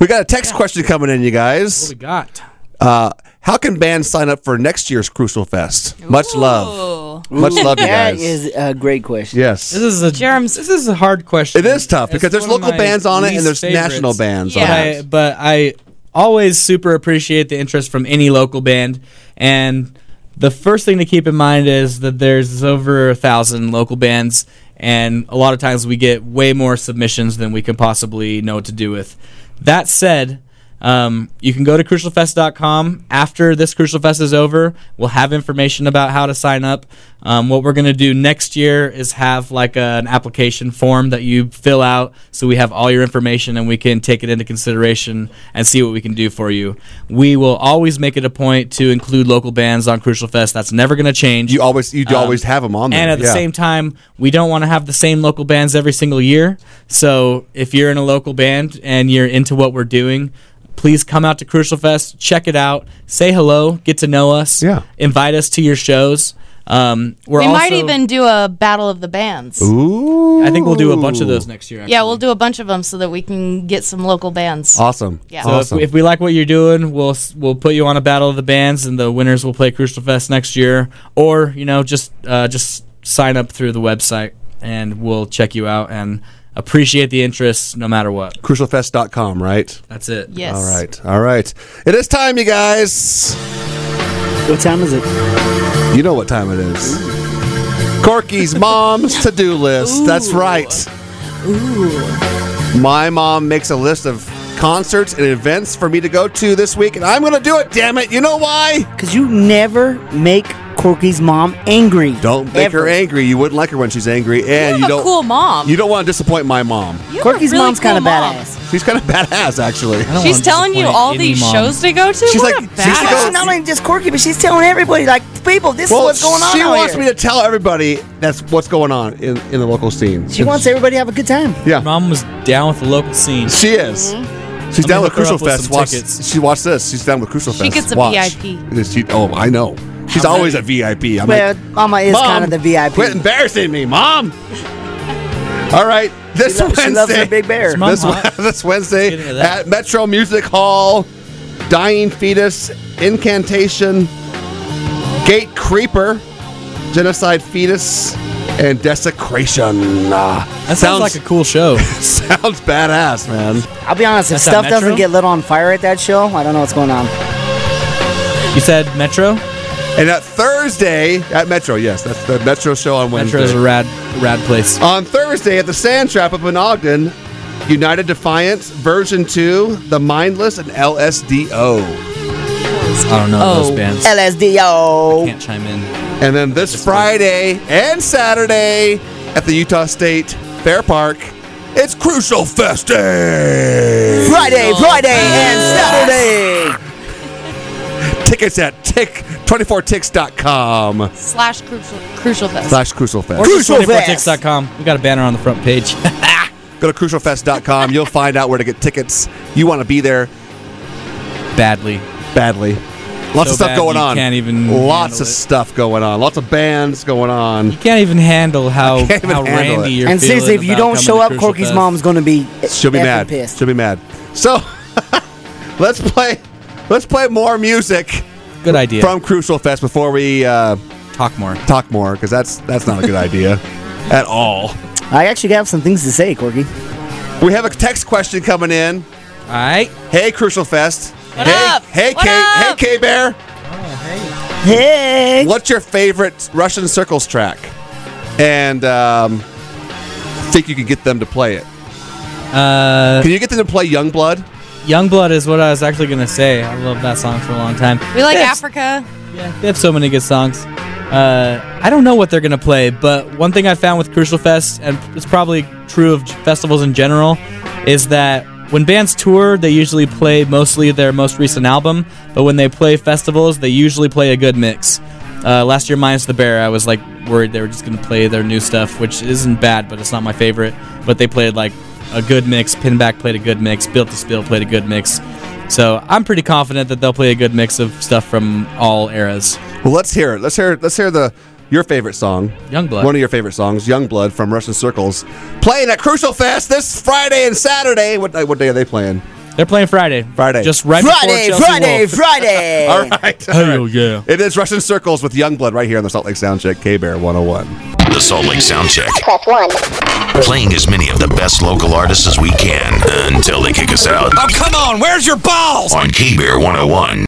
[SPEAKER 5] We got a text question coming in, you
[SPEAKER 7] What
[SPEAKER 5] guys.
[SPEAKER 7] we got?
[SPEAKER 5] Uh, how can bands sign up for next year's Crucial Fest? Much love. Much love, you
[SPEAKER 6] That
[SPEAKER 5] guys.
[SPEAKER 6] is a great question.
[SPEAKER 5] yes.
[SPEAKER 7] This is a
[SPEAKER 8] Germs.
[SPEAKER 7] This is a hard question.
[SPEAKER 5] It is tough
[SPEAKER 7] It's
[SPEAKER 5] because there's
[SPEAKER 7] one of
[SPEAKER 5] local
[SPEAKER 7] my
[SPEAKER 5] bands on it
[SPEAKER 7] least
[SPEAKER 5] and there's
[SPEAKER 7] favorites.
[SPEAKER 5] national bands
[SPEAKER 8] Yeah.
[SPEAKER 5] on
[SPEAKER 7] But I,
[SPEAKER 5] it.
[SPEAKER 7] but I always super appreciate the interest from any local band. And the first thing to keep in mind is that there's over a thousand local bands, and a lot of times we get way more submissions than we can possibly know what to do with. That said, Um, you can go to crucialfest.com. After this Crucial Fest is over, we'll have information about how to sign up. Um, what we're going to do next year is have like a- an application form that you fill out so we have all your information and we can take it into consideration and see what we can do for you. We will always make it a point to include local bands on Crucial Fest. That's never going to change.
[SPEAKER 5] You always you
[SPEAKER 7] Um,
[SPEAKER 5] always have them on there.
[SPEAKER 7] And at the
[SPEAKER 5] yeah.
[SPEAKER 7] same time, we don't want to have the same local bands every single year. So if you're in a local band and you're into what we're doing, please come out to Crucial Fest, check it out, say hello, get to know us,
[SPEAKER 5] Yeah.
[SPEAKER 7] invite us to your shows. Um, we're
[SPEAKER 8] We
[SPEAKER 7] also,
[SPEAKER 8] might even do a battle of the bands.
[SPEAKER 5] Ooh.
[SPEAKER 7] I think we'll do a bunch of those next year. Actually.
[SPEAKER 8] Yeah, we'll do a bunch of them so that we can get some local bands.
[SPEAKER 5] Awesome.
[SPEAKER 8] Yeah.
[SPEAKER 7] So
[SPEAKER 5] Awesome.
[SPEAKER 7] if, we, if we like what you're doing, we'll s- we'll put you on a battle of the bands, and the winners will play Crucial Fest next year. Or you know, just uh, just sign up through the website, and we'll check you out and appreciate the interest, no matter what.
[SPEAKER 5] Crucialfest.com, right?
[SPEAKER 7] That's it.
[SPEAKER 8] Yes.
[SPEAKER 5] All right. All right. It is time, you guys.
[SPEAKER 6] What time is it?
[SPEAKER 5] You know what time it is. Corky's mom's to do list. That's right. My mom makes a list of concerts and events for me to go to this week, and I'm going to do it, damn it. You know why?
[SPEAKER 6] Because you never make Corky's mom angry.
[SPEAKER 5] Don't make
[SPEAKER 6] Ever.
[SPEAKER 5] her angry. You wouldn't like her when she's angry, and
[SPEAKER 8] have
[SPEAKER 5] you,
[SPEAKER 8] a
[SPEAKER 5] don't.
[SPEAKER 8] cool mom.
[SPEAKER 5] You don't want to disappoint my mom.
[SPEAKER 8] You have a
[SPEAKER 6] Corky's
[SPEAKER 8] really
[SPEAKER 6] mom's
[SPEAKER 8] cool
[SPEAKER 6] kind of
[SPEAKER 8] mom.
[SPEAKER 6] badass.
[SPEAKER 5] She's kind of badass, actually.
[SPEAKER 7] I don't
[SPEAKER 8] She's
[SPEAKER 7] wanna
[SPEAKER 8] telling you
[SPEAKER 7] disappoint
[SPEAKER 8] all
[SPEAKER 7] any
[SPEAKER 8] these
[SPEAKER 7] mom.
[SPEAKER 8] shows to go to.
[SPEAKER 5] She's
[SPEAKER 8] what
[SPEAKER 5] like-
[SPEAKER 8] a
[SPEAKER 5] she's like-
[SPEAKER 8] badass.
[SPEAKER 6] She's not only just Corky, but she's telling everybody, like, people, this
[SPEAKER 5] Well,
[SPEAKER 6] is what's going on.
[SPEAKER 5] she
[SPEAKER 6] out
[SPEAKER 5] wants
[SPEAKER 6] here.
[SPEAKER 5] me to tell everybody that's what's going on in, in the local scene.
[SPEAKER 6] She wants everybody Mm-hmm. to have a good time.
[SPEAKER 5] Yeah.
[SPEAKER 7] Mom was down with the local scene.
[SPEAKER 5] She is. She's
[SPEAKER 7] I'm
[SPEAKER 5] down
[SPEAKER 7] gonna
[SPEAKER 5] with
[SPEAKER 7] hook her
[SPEAKER 5] Crucial
[SPEAKER 7] up with
[SPEAKER 5] Fest.
[SPEAKER 7] some
[SPEAKER 5] Watch.
[SPEAKER 7] tickets.
[SPEAKER 5] She watched this. She's down with Crucial
[SPEAKER 8] She
[SPEAKER 5] Fest.
[SPEAKER 8] gets a
[SPEAKER 5] Watch.
[SPEAKER 8] VIP.
[SPEAKER 5] It is- she- oh, I know. She's always a VIP. I'm
[SPEAKER 6] Well,
[SPEAKER 5] like,
[SPEAKER 6] Mama is
[SPEAKER 5] Mom,
[SPEAKER 6] kind of the VIP.
[SPEAKER 5] Quit embarrassing me, Mom. All right, this
[SPEAKER 6] She loves-
[SPEAKER 5] Wednesday.
[SPEAKER 6] she loves her big bear.
[SPEAKER 7] It's my- Mom
[SPEAKER 5] this,
[SPEAKER 7] hot.
[SPEAKER 5] this Wednesday
[SPEAKER 7] Getting to that.
[SPEAKER 5] at Metro Music Hall, Dying Fetus, Incantation, Gate Creeper, Genocide Fetus, and Desecration. Ah,
[SPEAKER 7] That sounds, like a cool show.
[SPEAKER 5] sounds badass, man.
[SPEAKER 6] I'll be honest, if
[SPEAKER 7] That's at
[SPEAKER 6] stuff
[SPEAKER 7] Metro?
[SPEAKER 6] doesn't get lit on fire at that show, I don't know what's going on.
[SPEAKER 7] you said Metro.
[SPEAKER 5] And at Thursday at Metro, yes, that's the Metro show on Wednesday.
[SPEAKER 7] Metro's a rad rad place.
[SPEAKER 5] On Thursday at the Sand Trap up in Ogden, United Defiance Version Two, The Mindless, and LSDO.
[SPEAKER 7] I don't know
[SPEAKER 8] Oh.
[SPEAKER 7] those bands.
[SPEAKER 6] LSDO.
[SPEAKER 7] Can't chime in.
[SPEAKER 5] And then this Friday and Saturday at the Utah State Fair Park, it's Crucial Fest Day.
[SPEAKER 6] Friday, Friday, and Saturday.
[SPEAKER 5] Tickets at tick24ticks.com
[SPEAKER 8] slash crucial crucial fest.
[SPEAKER 5] slash Crucial
[SPEAKER 7] Or
[SPEAKER 5] Fest.
[SPEAKER 7] just
[SPEAKER 6] Crucial Fest.
[SPEAKER 7] 24ticks.com. We got a banner on the front page.
[SPEAKER 5] Go to crucialfest.com. You'll find out where to get tickets. You want to be there.
[SPEAKER 7] Badly.
[SPEAKER 5] badly. Lots
[SPEAKER 7] So
[SPEAKER 5] of stuff
[SPEAKER 7] bad
[SPEAKER 5] going
[SPEAKER 7] you
[SPEAKER 5] on.
[SPEAKER 7] can't even
[SPEAKER 5] Lots
[SPEAKER 7] handle
[SPEAKER 5] of
[SPEAKER 7] it.
[SPEAKER 5] stuff going on. Lots of bands going on.
[SPEAKER 7] You can't even handle how,
[SPEAKER 5] can't even
[SPEAKER 7] how
[SPEAKER 5] handle
[SPEAKER 7] randy
[SPEAKER 5] it.
[SPEAKER 7] you're
[SPEAKER 6] And
[SPEAKER 7] feeling
[SPEAKER 6] seriously, if you
[SPEAKER 7] about
[SPEAKER 6] don't
[SPEAKER 7] coming
[SPEAKER 6] show
[SPEAKER 7] to
[SPEAKER 6] up,
[SPEAKER 7] Crucial
[SPEAKER 6] Corky's
[SPEAKER 7] Fest.
[SPEAKER 6] mom's going to be
[SPEAKER 5] She'll be
[SPEAKER 6] effing
[SPEAKER 5] mad.
[SPEAKER 6] pissed.
[SPEAKER 5] She'll be mad. So let's play. Let's play more music
[SPEAKER 7] Good idea.
[SPEAKER 5] from Crucial Fest before we uh,
[SPEAKER 7] Talk more.
[SPEAKER 5] talk more, because that's that's not a good idea at all.
[SPEAKER 6] I actually have some things to say, Corky.
[SPEAKER 5] We have a text question coming in.
[SPEAKER 7] All right.
[SPEAKER 5] Hey, Crucial Fest.
[SPEAKER 8] What
[SPEAKER 5] hey,
[SPEAKER 8] up?
[SPEAKER 5] hey,
[SPEAKER 8] What
[SPEAKER 5] K,
[SPEAKER 8] up?
[SPEAKER 5] hey, K Bear.
[SPEAKER 7] Oh,
[SPEAKER 6] Hey.
[SPEAKER 5] What's your favorite Russian Circles track? And um, think you could get them to play it?
[SPEAKER 7] Uh,
[SPEAKER 5] Can you get them to play Youngblood?
[SPEAKER 7] Youngblood is what I was actually going to say. I love that song for a long time.
[SPEAKER 8] we like
[SPEAKER 7] Yes.
[SPEAKER 8] Africa.
[SPEAKER 7] Yeah, they have so many good songs. Uh, I don't know what they're gonna play, but one thing I found with Crucial Fest, and it's probably true of j- festivals in general, is that when bands tour, they usually play mostly their most recent album. But when they play festivals, they usually play a good mix. Uh, last year, minus the Bear, I was like worried they were just gonna play their new stuff, which isn't bad, but it's not my favorite. But they played like a good mix. Pinback played a good mix. Built to Spill played a good mix. So I'm pretty confident that they'll play a good mix of stuff from all eras.
[SPEAKER 5] Well, let's hear it. Let's hear. Let's hear the your favorite song,
[SPEAKER 7] Youngblood.
[SPEAKER 5] One of your favorite songs, Youngblood from Russian Circles, playing at Crucial Fest this Friday and Saturday. What day- what day are they playing?
[SPEAKER 7] They're playing Friday.
[SPEAKER 5] Friday.
[SPEAKER 7] Just right
[SPEAKER 6] Friday,
[SPEAKER 7] before Chelsea
[SPEAKER 6] Friday,
[SPEAKER 7] Wolf.
[SPEAKER 6] Friday.
[SPEAKER 5] All right.
[SPEAKER 7] Hell yeah.
[SPEAKER 5] It is Russian Circles with Youngblood right here on the Salt Lake Soundcheck K Bear 101.
[SPEAKER 9] The Salt Lake Soundcheck. Press one. Playing as many of the best local artists as we can until they kick us out
[SPEAKER 4] Oh, come on, where's your balls?
[SPEAKER 9] on oh K Bear 101.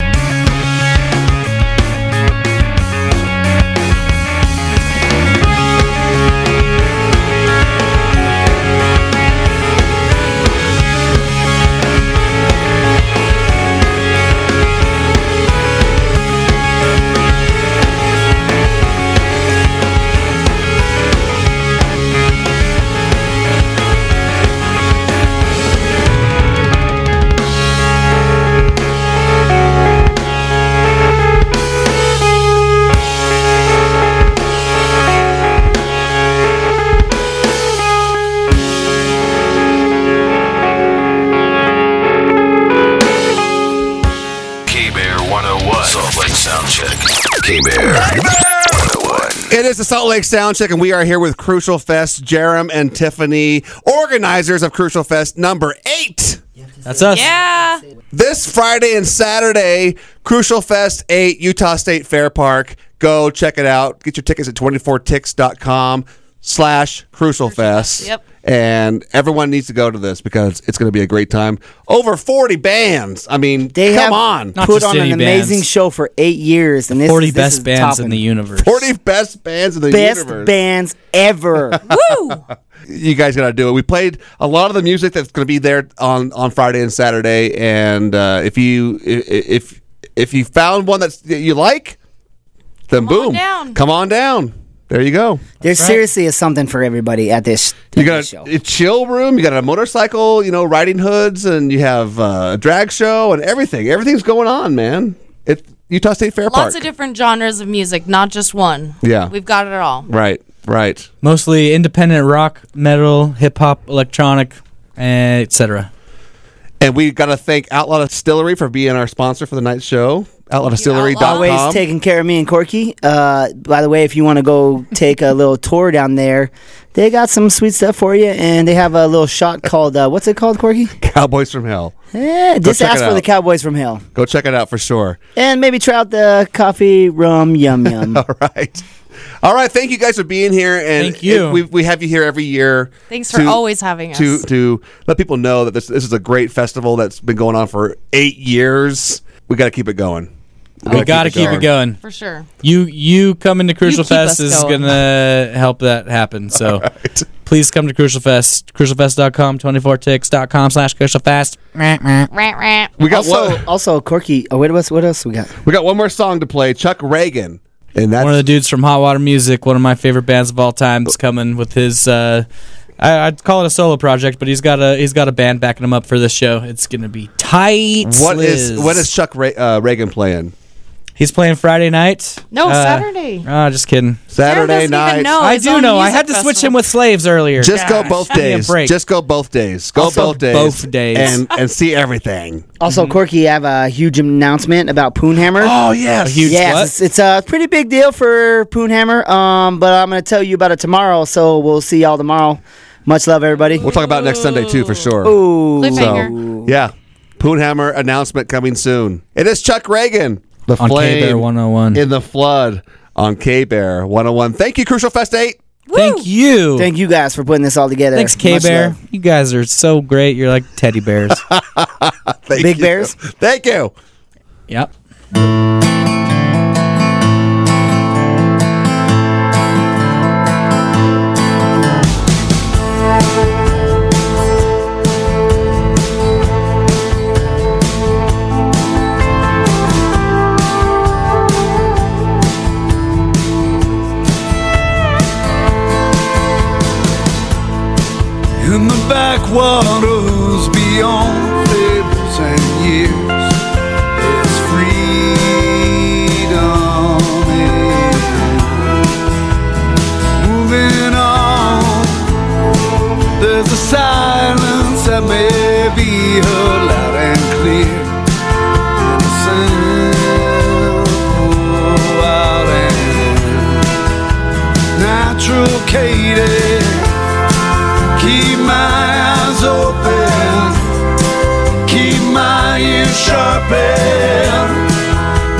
[SPEAKER 9] Music. K Bear.
[SPEAKER 5] It is the Salt Lake Soundcheck, and we are here with Crucial Fest, Jerem and Tiffany, organizers of Crucial Fest number eight.
[SPEAKER 7] That's us.
[SPEAKER 8] Yeah.
[SPEAKER 5] This Friday and Saturday, Crucial Fest 8, Utah State Fair Park. Go check it out. Get your tickets at 24tix.com slash Crucial Fest.
[SPEAKER 8] Yep.
[SPEAKER 5] And everyone needs to go to this because it's going to be a great time. Over 40 bands. I mean,
[SPEAKER 6] They
[SPEAKER 5] come
[SPEAKER 6] have
[SPEAKER 5] on.
[SPEAKER 7] Not
[SPEAKER 6] put
[SPEAKER 7] just
[SPEAKER 6] on an
[SPEAKER 7] any
[SPEAKER 6] amazing
[SPEAKER 7] bands.
[SPEAKER 6] show for eight years, and this
[SPEAKER 7] Forty
[SPEAKER 6] is, this
[SPEAKER 7] best
[SPEAKER 6] is
[SPEAKER 7] bands
[SPEAKER 6] topping
[SPEAKER 7] in the universe.
[SPEAKER 5] 40 best bands in the
[SPEAKER 6] best
[SPEAKER 5] universe.
[SPEAKER 6] bands ever.
[SPEAKER 8] Woo.
[SPEAKER 5] you guys got to do it. We played a lot of the music that's going to be there on on Friday and Saturday. And uh, if you i- i- if if you found one that's, that you like, then
[SPEAKER 8] Come on
[SPEAKER 5] boom,
[SPEAKER 8] down.
[SPEAKER 5] come on down. There you go.
[SPEAKER 6] there seriously is something for everybody at this, at
[SPEAKER 5] You
[SPEAKER 6] this
[SPEAKER 5] got
[SPEAKER 6] show.
[SPEAKER 5] a chill room. You got a motorcycle, you know, riding hoods, and you have uh, a drag show and everything. Everything's going on, man. It Utah State Fair Park.
[SPEAKER 8] Lots of different genres of music, not just one.
[SPEAKER 5] Yeah.
[SPEAKER 8] We've got it all.
[SPEAKER 5] right, right.
[SPEAKER 7] Mostly independent rock, metal, hip hop, electronic, eh, etc.
[SPEAKER 5] And we got to thank Outlaw Distillery for being our sponsor for the night show. OutlawDistillery.com.
[SPEAKER 8] Outlaw.
[SPEAKER 6] always taking care of me and Corky. Uh, by the way, if you want to go take a little tour down there, they got some sweet stuff for you, and they have a little shot called uh, what's it called, Corky?
[SPEAKER 5] Cowboys from Hell.
[SPEAKER 6] Eh, just
[SPEAKER 5] check
[SPEAKER 6] ask
[SPEAKER 5] it
[SPEAKER 6] for
[SPEAKER 5] out.
[SPEAKER 6] the Cowboys from Hell,
[SPEAKER 5] Go check it out for sure.
[SPEAKER 6] and maybe try out the coffee rum yum yum.
[SPEAKER 5] All right. All right. Thank you guys for being here. And
[SPEAKER 7] Thank you.
[SPEAKER 5] it- we, we have you here every year.
[SPEAKER 8] Thanks for always having us.
[SPEAKER 5] To, to let people know that this, this is a great festival that's been going on for eight years. We got to keep it going.
[SPEAKER 7] We gotta keep it going.
[SPEAKER 8] For sure.
[SPEAKER 7] You you coming to Crucial
[SPEAKER 8] keep
[SPEAKER 7] Fest
[SPEAKER 8] us
[SPEAKER 7] is
[SPEAKER 8] going.
[SPEAKER 7] gonna help that happen. So please come to Crucial Fest. CrucialFest.com, 24tix.com slash Crucial Fest.
[SPEAKER 8] Rant, rant.
[SPEAKER 5] We got,
[SPEAKER 6] also,
[SPEAKER 5] one,
[SPEAKER 6] also Corky. Oh, what else? What else we got?
[SPEAKER 5] we got one more song to play Chuck Reagan. And that's
[SPEAKER 7] One of the dudes from Hot Water Music, one of my favorite bands of all time, is coming with his. Uh, I, I'd call it a solo project, but he's got a he's got a band backing him up for this show. It's gonna be tight.
[SPEAKER 5] what is
[SPEAKER 7] Liz.
[SPEAKER 5] what is Chuck Re- uh, Reagan playing?
[SPEAKER 7] he's playing Friday night?
[SPEAKER 8] No,
[SPEAKER 7] Uh,
[SPEAKER 8] Saturday.
[SPEAKER 7] Oh, just kidding.
[SPEAKER 8] Sarah
[SPEAKER 5] Saturday
[SPEAKER 8] doesn't
[SPEAKER 5] night.
[SPEAKER 8] Even know.
[SPEAKER 7] I
[SPEAKER 8] It's
[SPEAKER 7] do
[SPEAKER 8] on
[SPEAKER 7] know. I
[SPEAKER 8] Music
[SPEAKER 7] had to switch
[SPEAKER 8] Festival.
[SPEAKER 7] him with slaves earlier.
[SPEAKER 5] Just go both
[SPEAKER 7] give me a
[SPEAKER 5] days.
[SPEAKER 7] break.
[SPEAKER 5] Just go both days. Go
[SPEAKER 7] Also,
[SPEAKER 5] both days.
[SPEAKER 7] both days.
[SPEAKER 5] And and see everything.
[SPEAKER 6] Also, Corky, I have a huge announcement about Poonhammer.
[SPEAKER 5] Oh yes.
[SPEAKER 7] huge
[SPEAKER 6] yes,
[SPEAKER 7] what?
[SPEAKER 6] It's, it's a pretty big deal for Poonhammer. Um, but I'm gonna tell you about it tomorrow. So we'll see y'all tomorrow. Much love, everybody.
[SPEAKER 5] We'll talk about it next Sunday too for sure.
[SPEAKER 8] Cliffhanger.
[SPEAKER 5] So, yeah. Poonhammer announcement coming soon. It is Chuck Reagan. The
[SPEAKER 7] On
[SPEAKER 5] flame
[SPEAKER 7] K-Bear 101.
[SPEAKER 5] in the flood on K Bear 101. Thank you, Crucial Fest 8.
[SPEAKER 7] Thank you.
[SPEAKER 6] Thank you guys for putting this all together.
[SPEAKER 7] Thanks,
[SPEAKER 6] Much
[SPEAKER 7] K Bear.
[SPEAKER 6] love.
[SPEAKER 7] You guys are so great. You're like teddy bears.
[SPEAKER 5] Thank
[SPEAKER 6] Big
[SPEAKER 5] you.
[SPEAKER 6] Bears?
[SPEAKER 5] Thank you.
[SPEAKER 7] yep.
[SPEAKER 4] In the backwaters beyond fables and years, there's freedom in moving on. There's a silence that may be heard loud and clear. And a simple out and natural cadence keep my eyes open, keep my ears sharpened.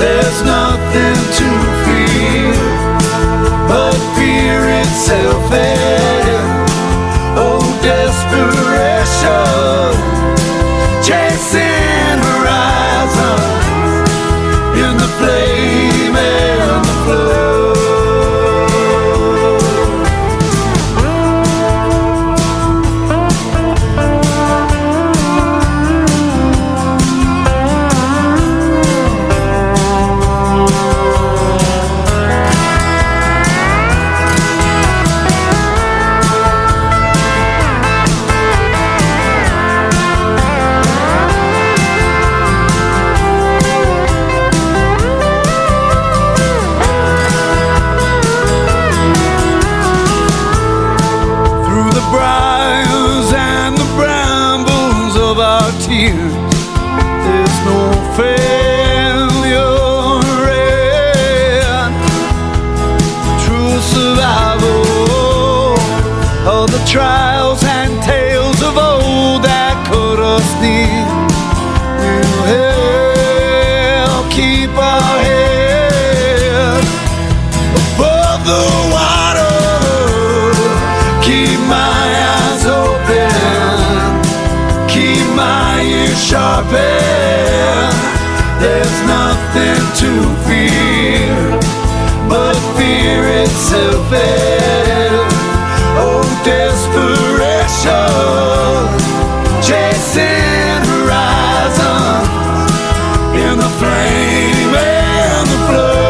[SPEAKER 4] There's nothing to fear but fear itself. And oh, desperation, chasing horizon in the flame and the flow.
[SPEAKER 3] to fear, but fear itself is oh desperation, chasing horizon in the flame and the blood.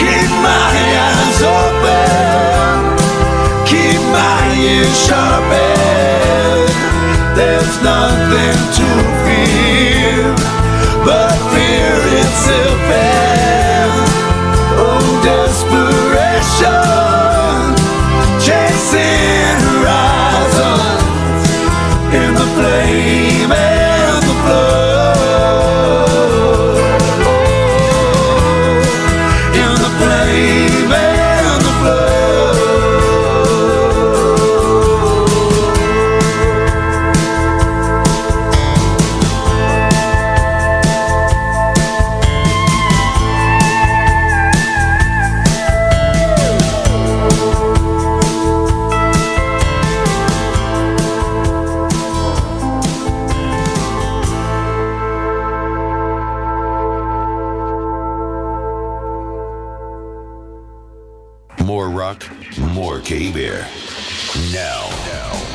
[SPEAKER 3] Keep my eyes open. Keep my ears sharpened. There's nothing to fear but fear itself. And oh, desperation chasing horizons in the flame and the blood in the flame and the blood.
[SPEAKER 1] More rock, more K Bear. Now, now.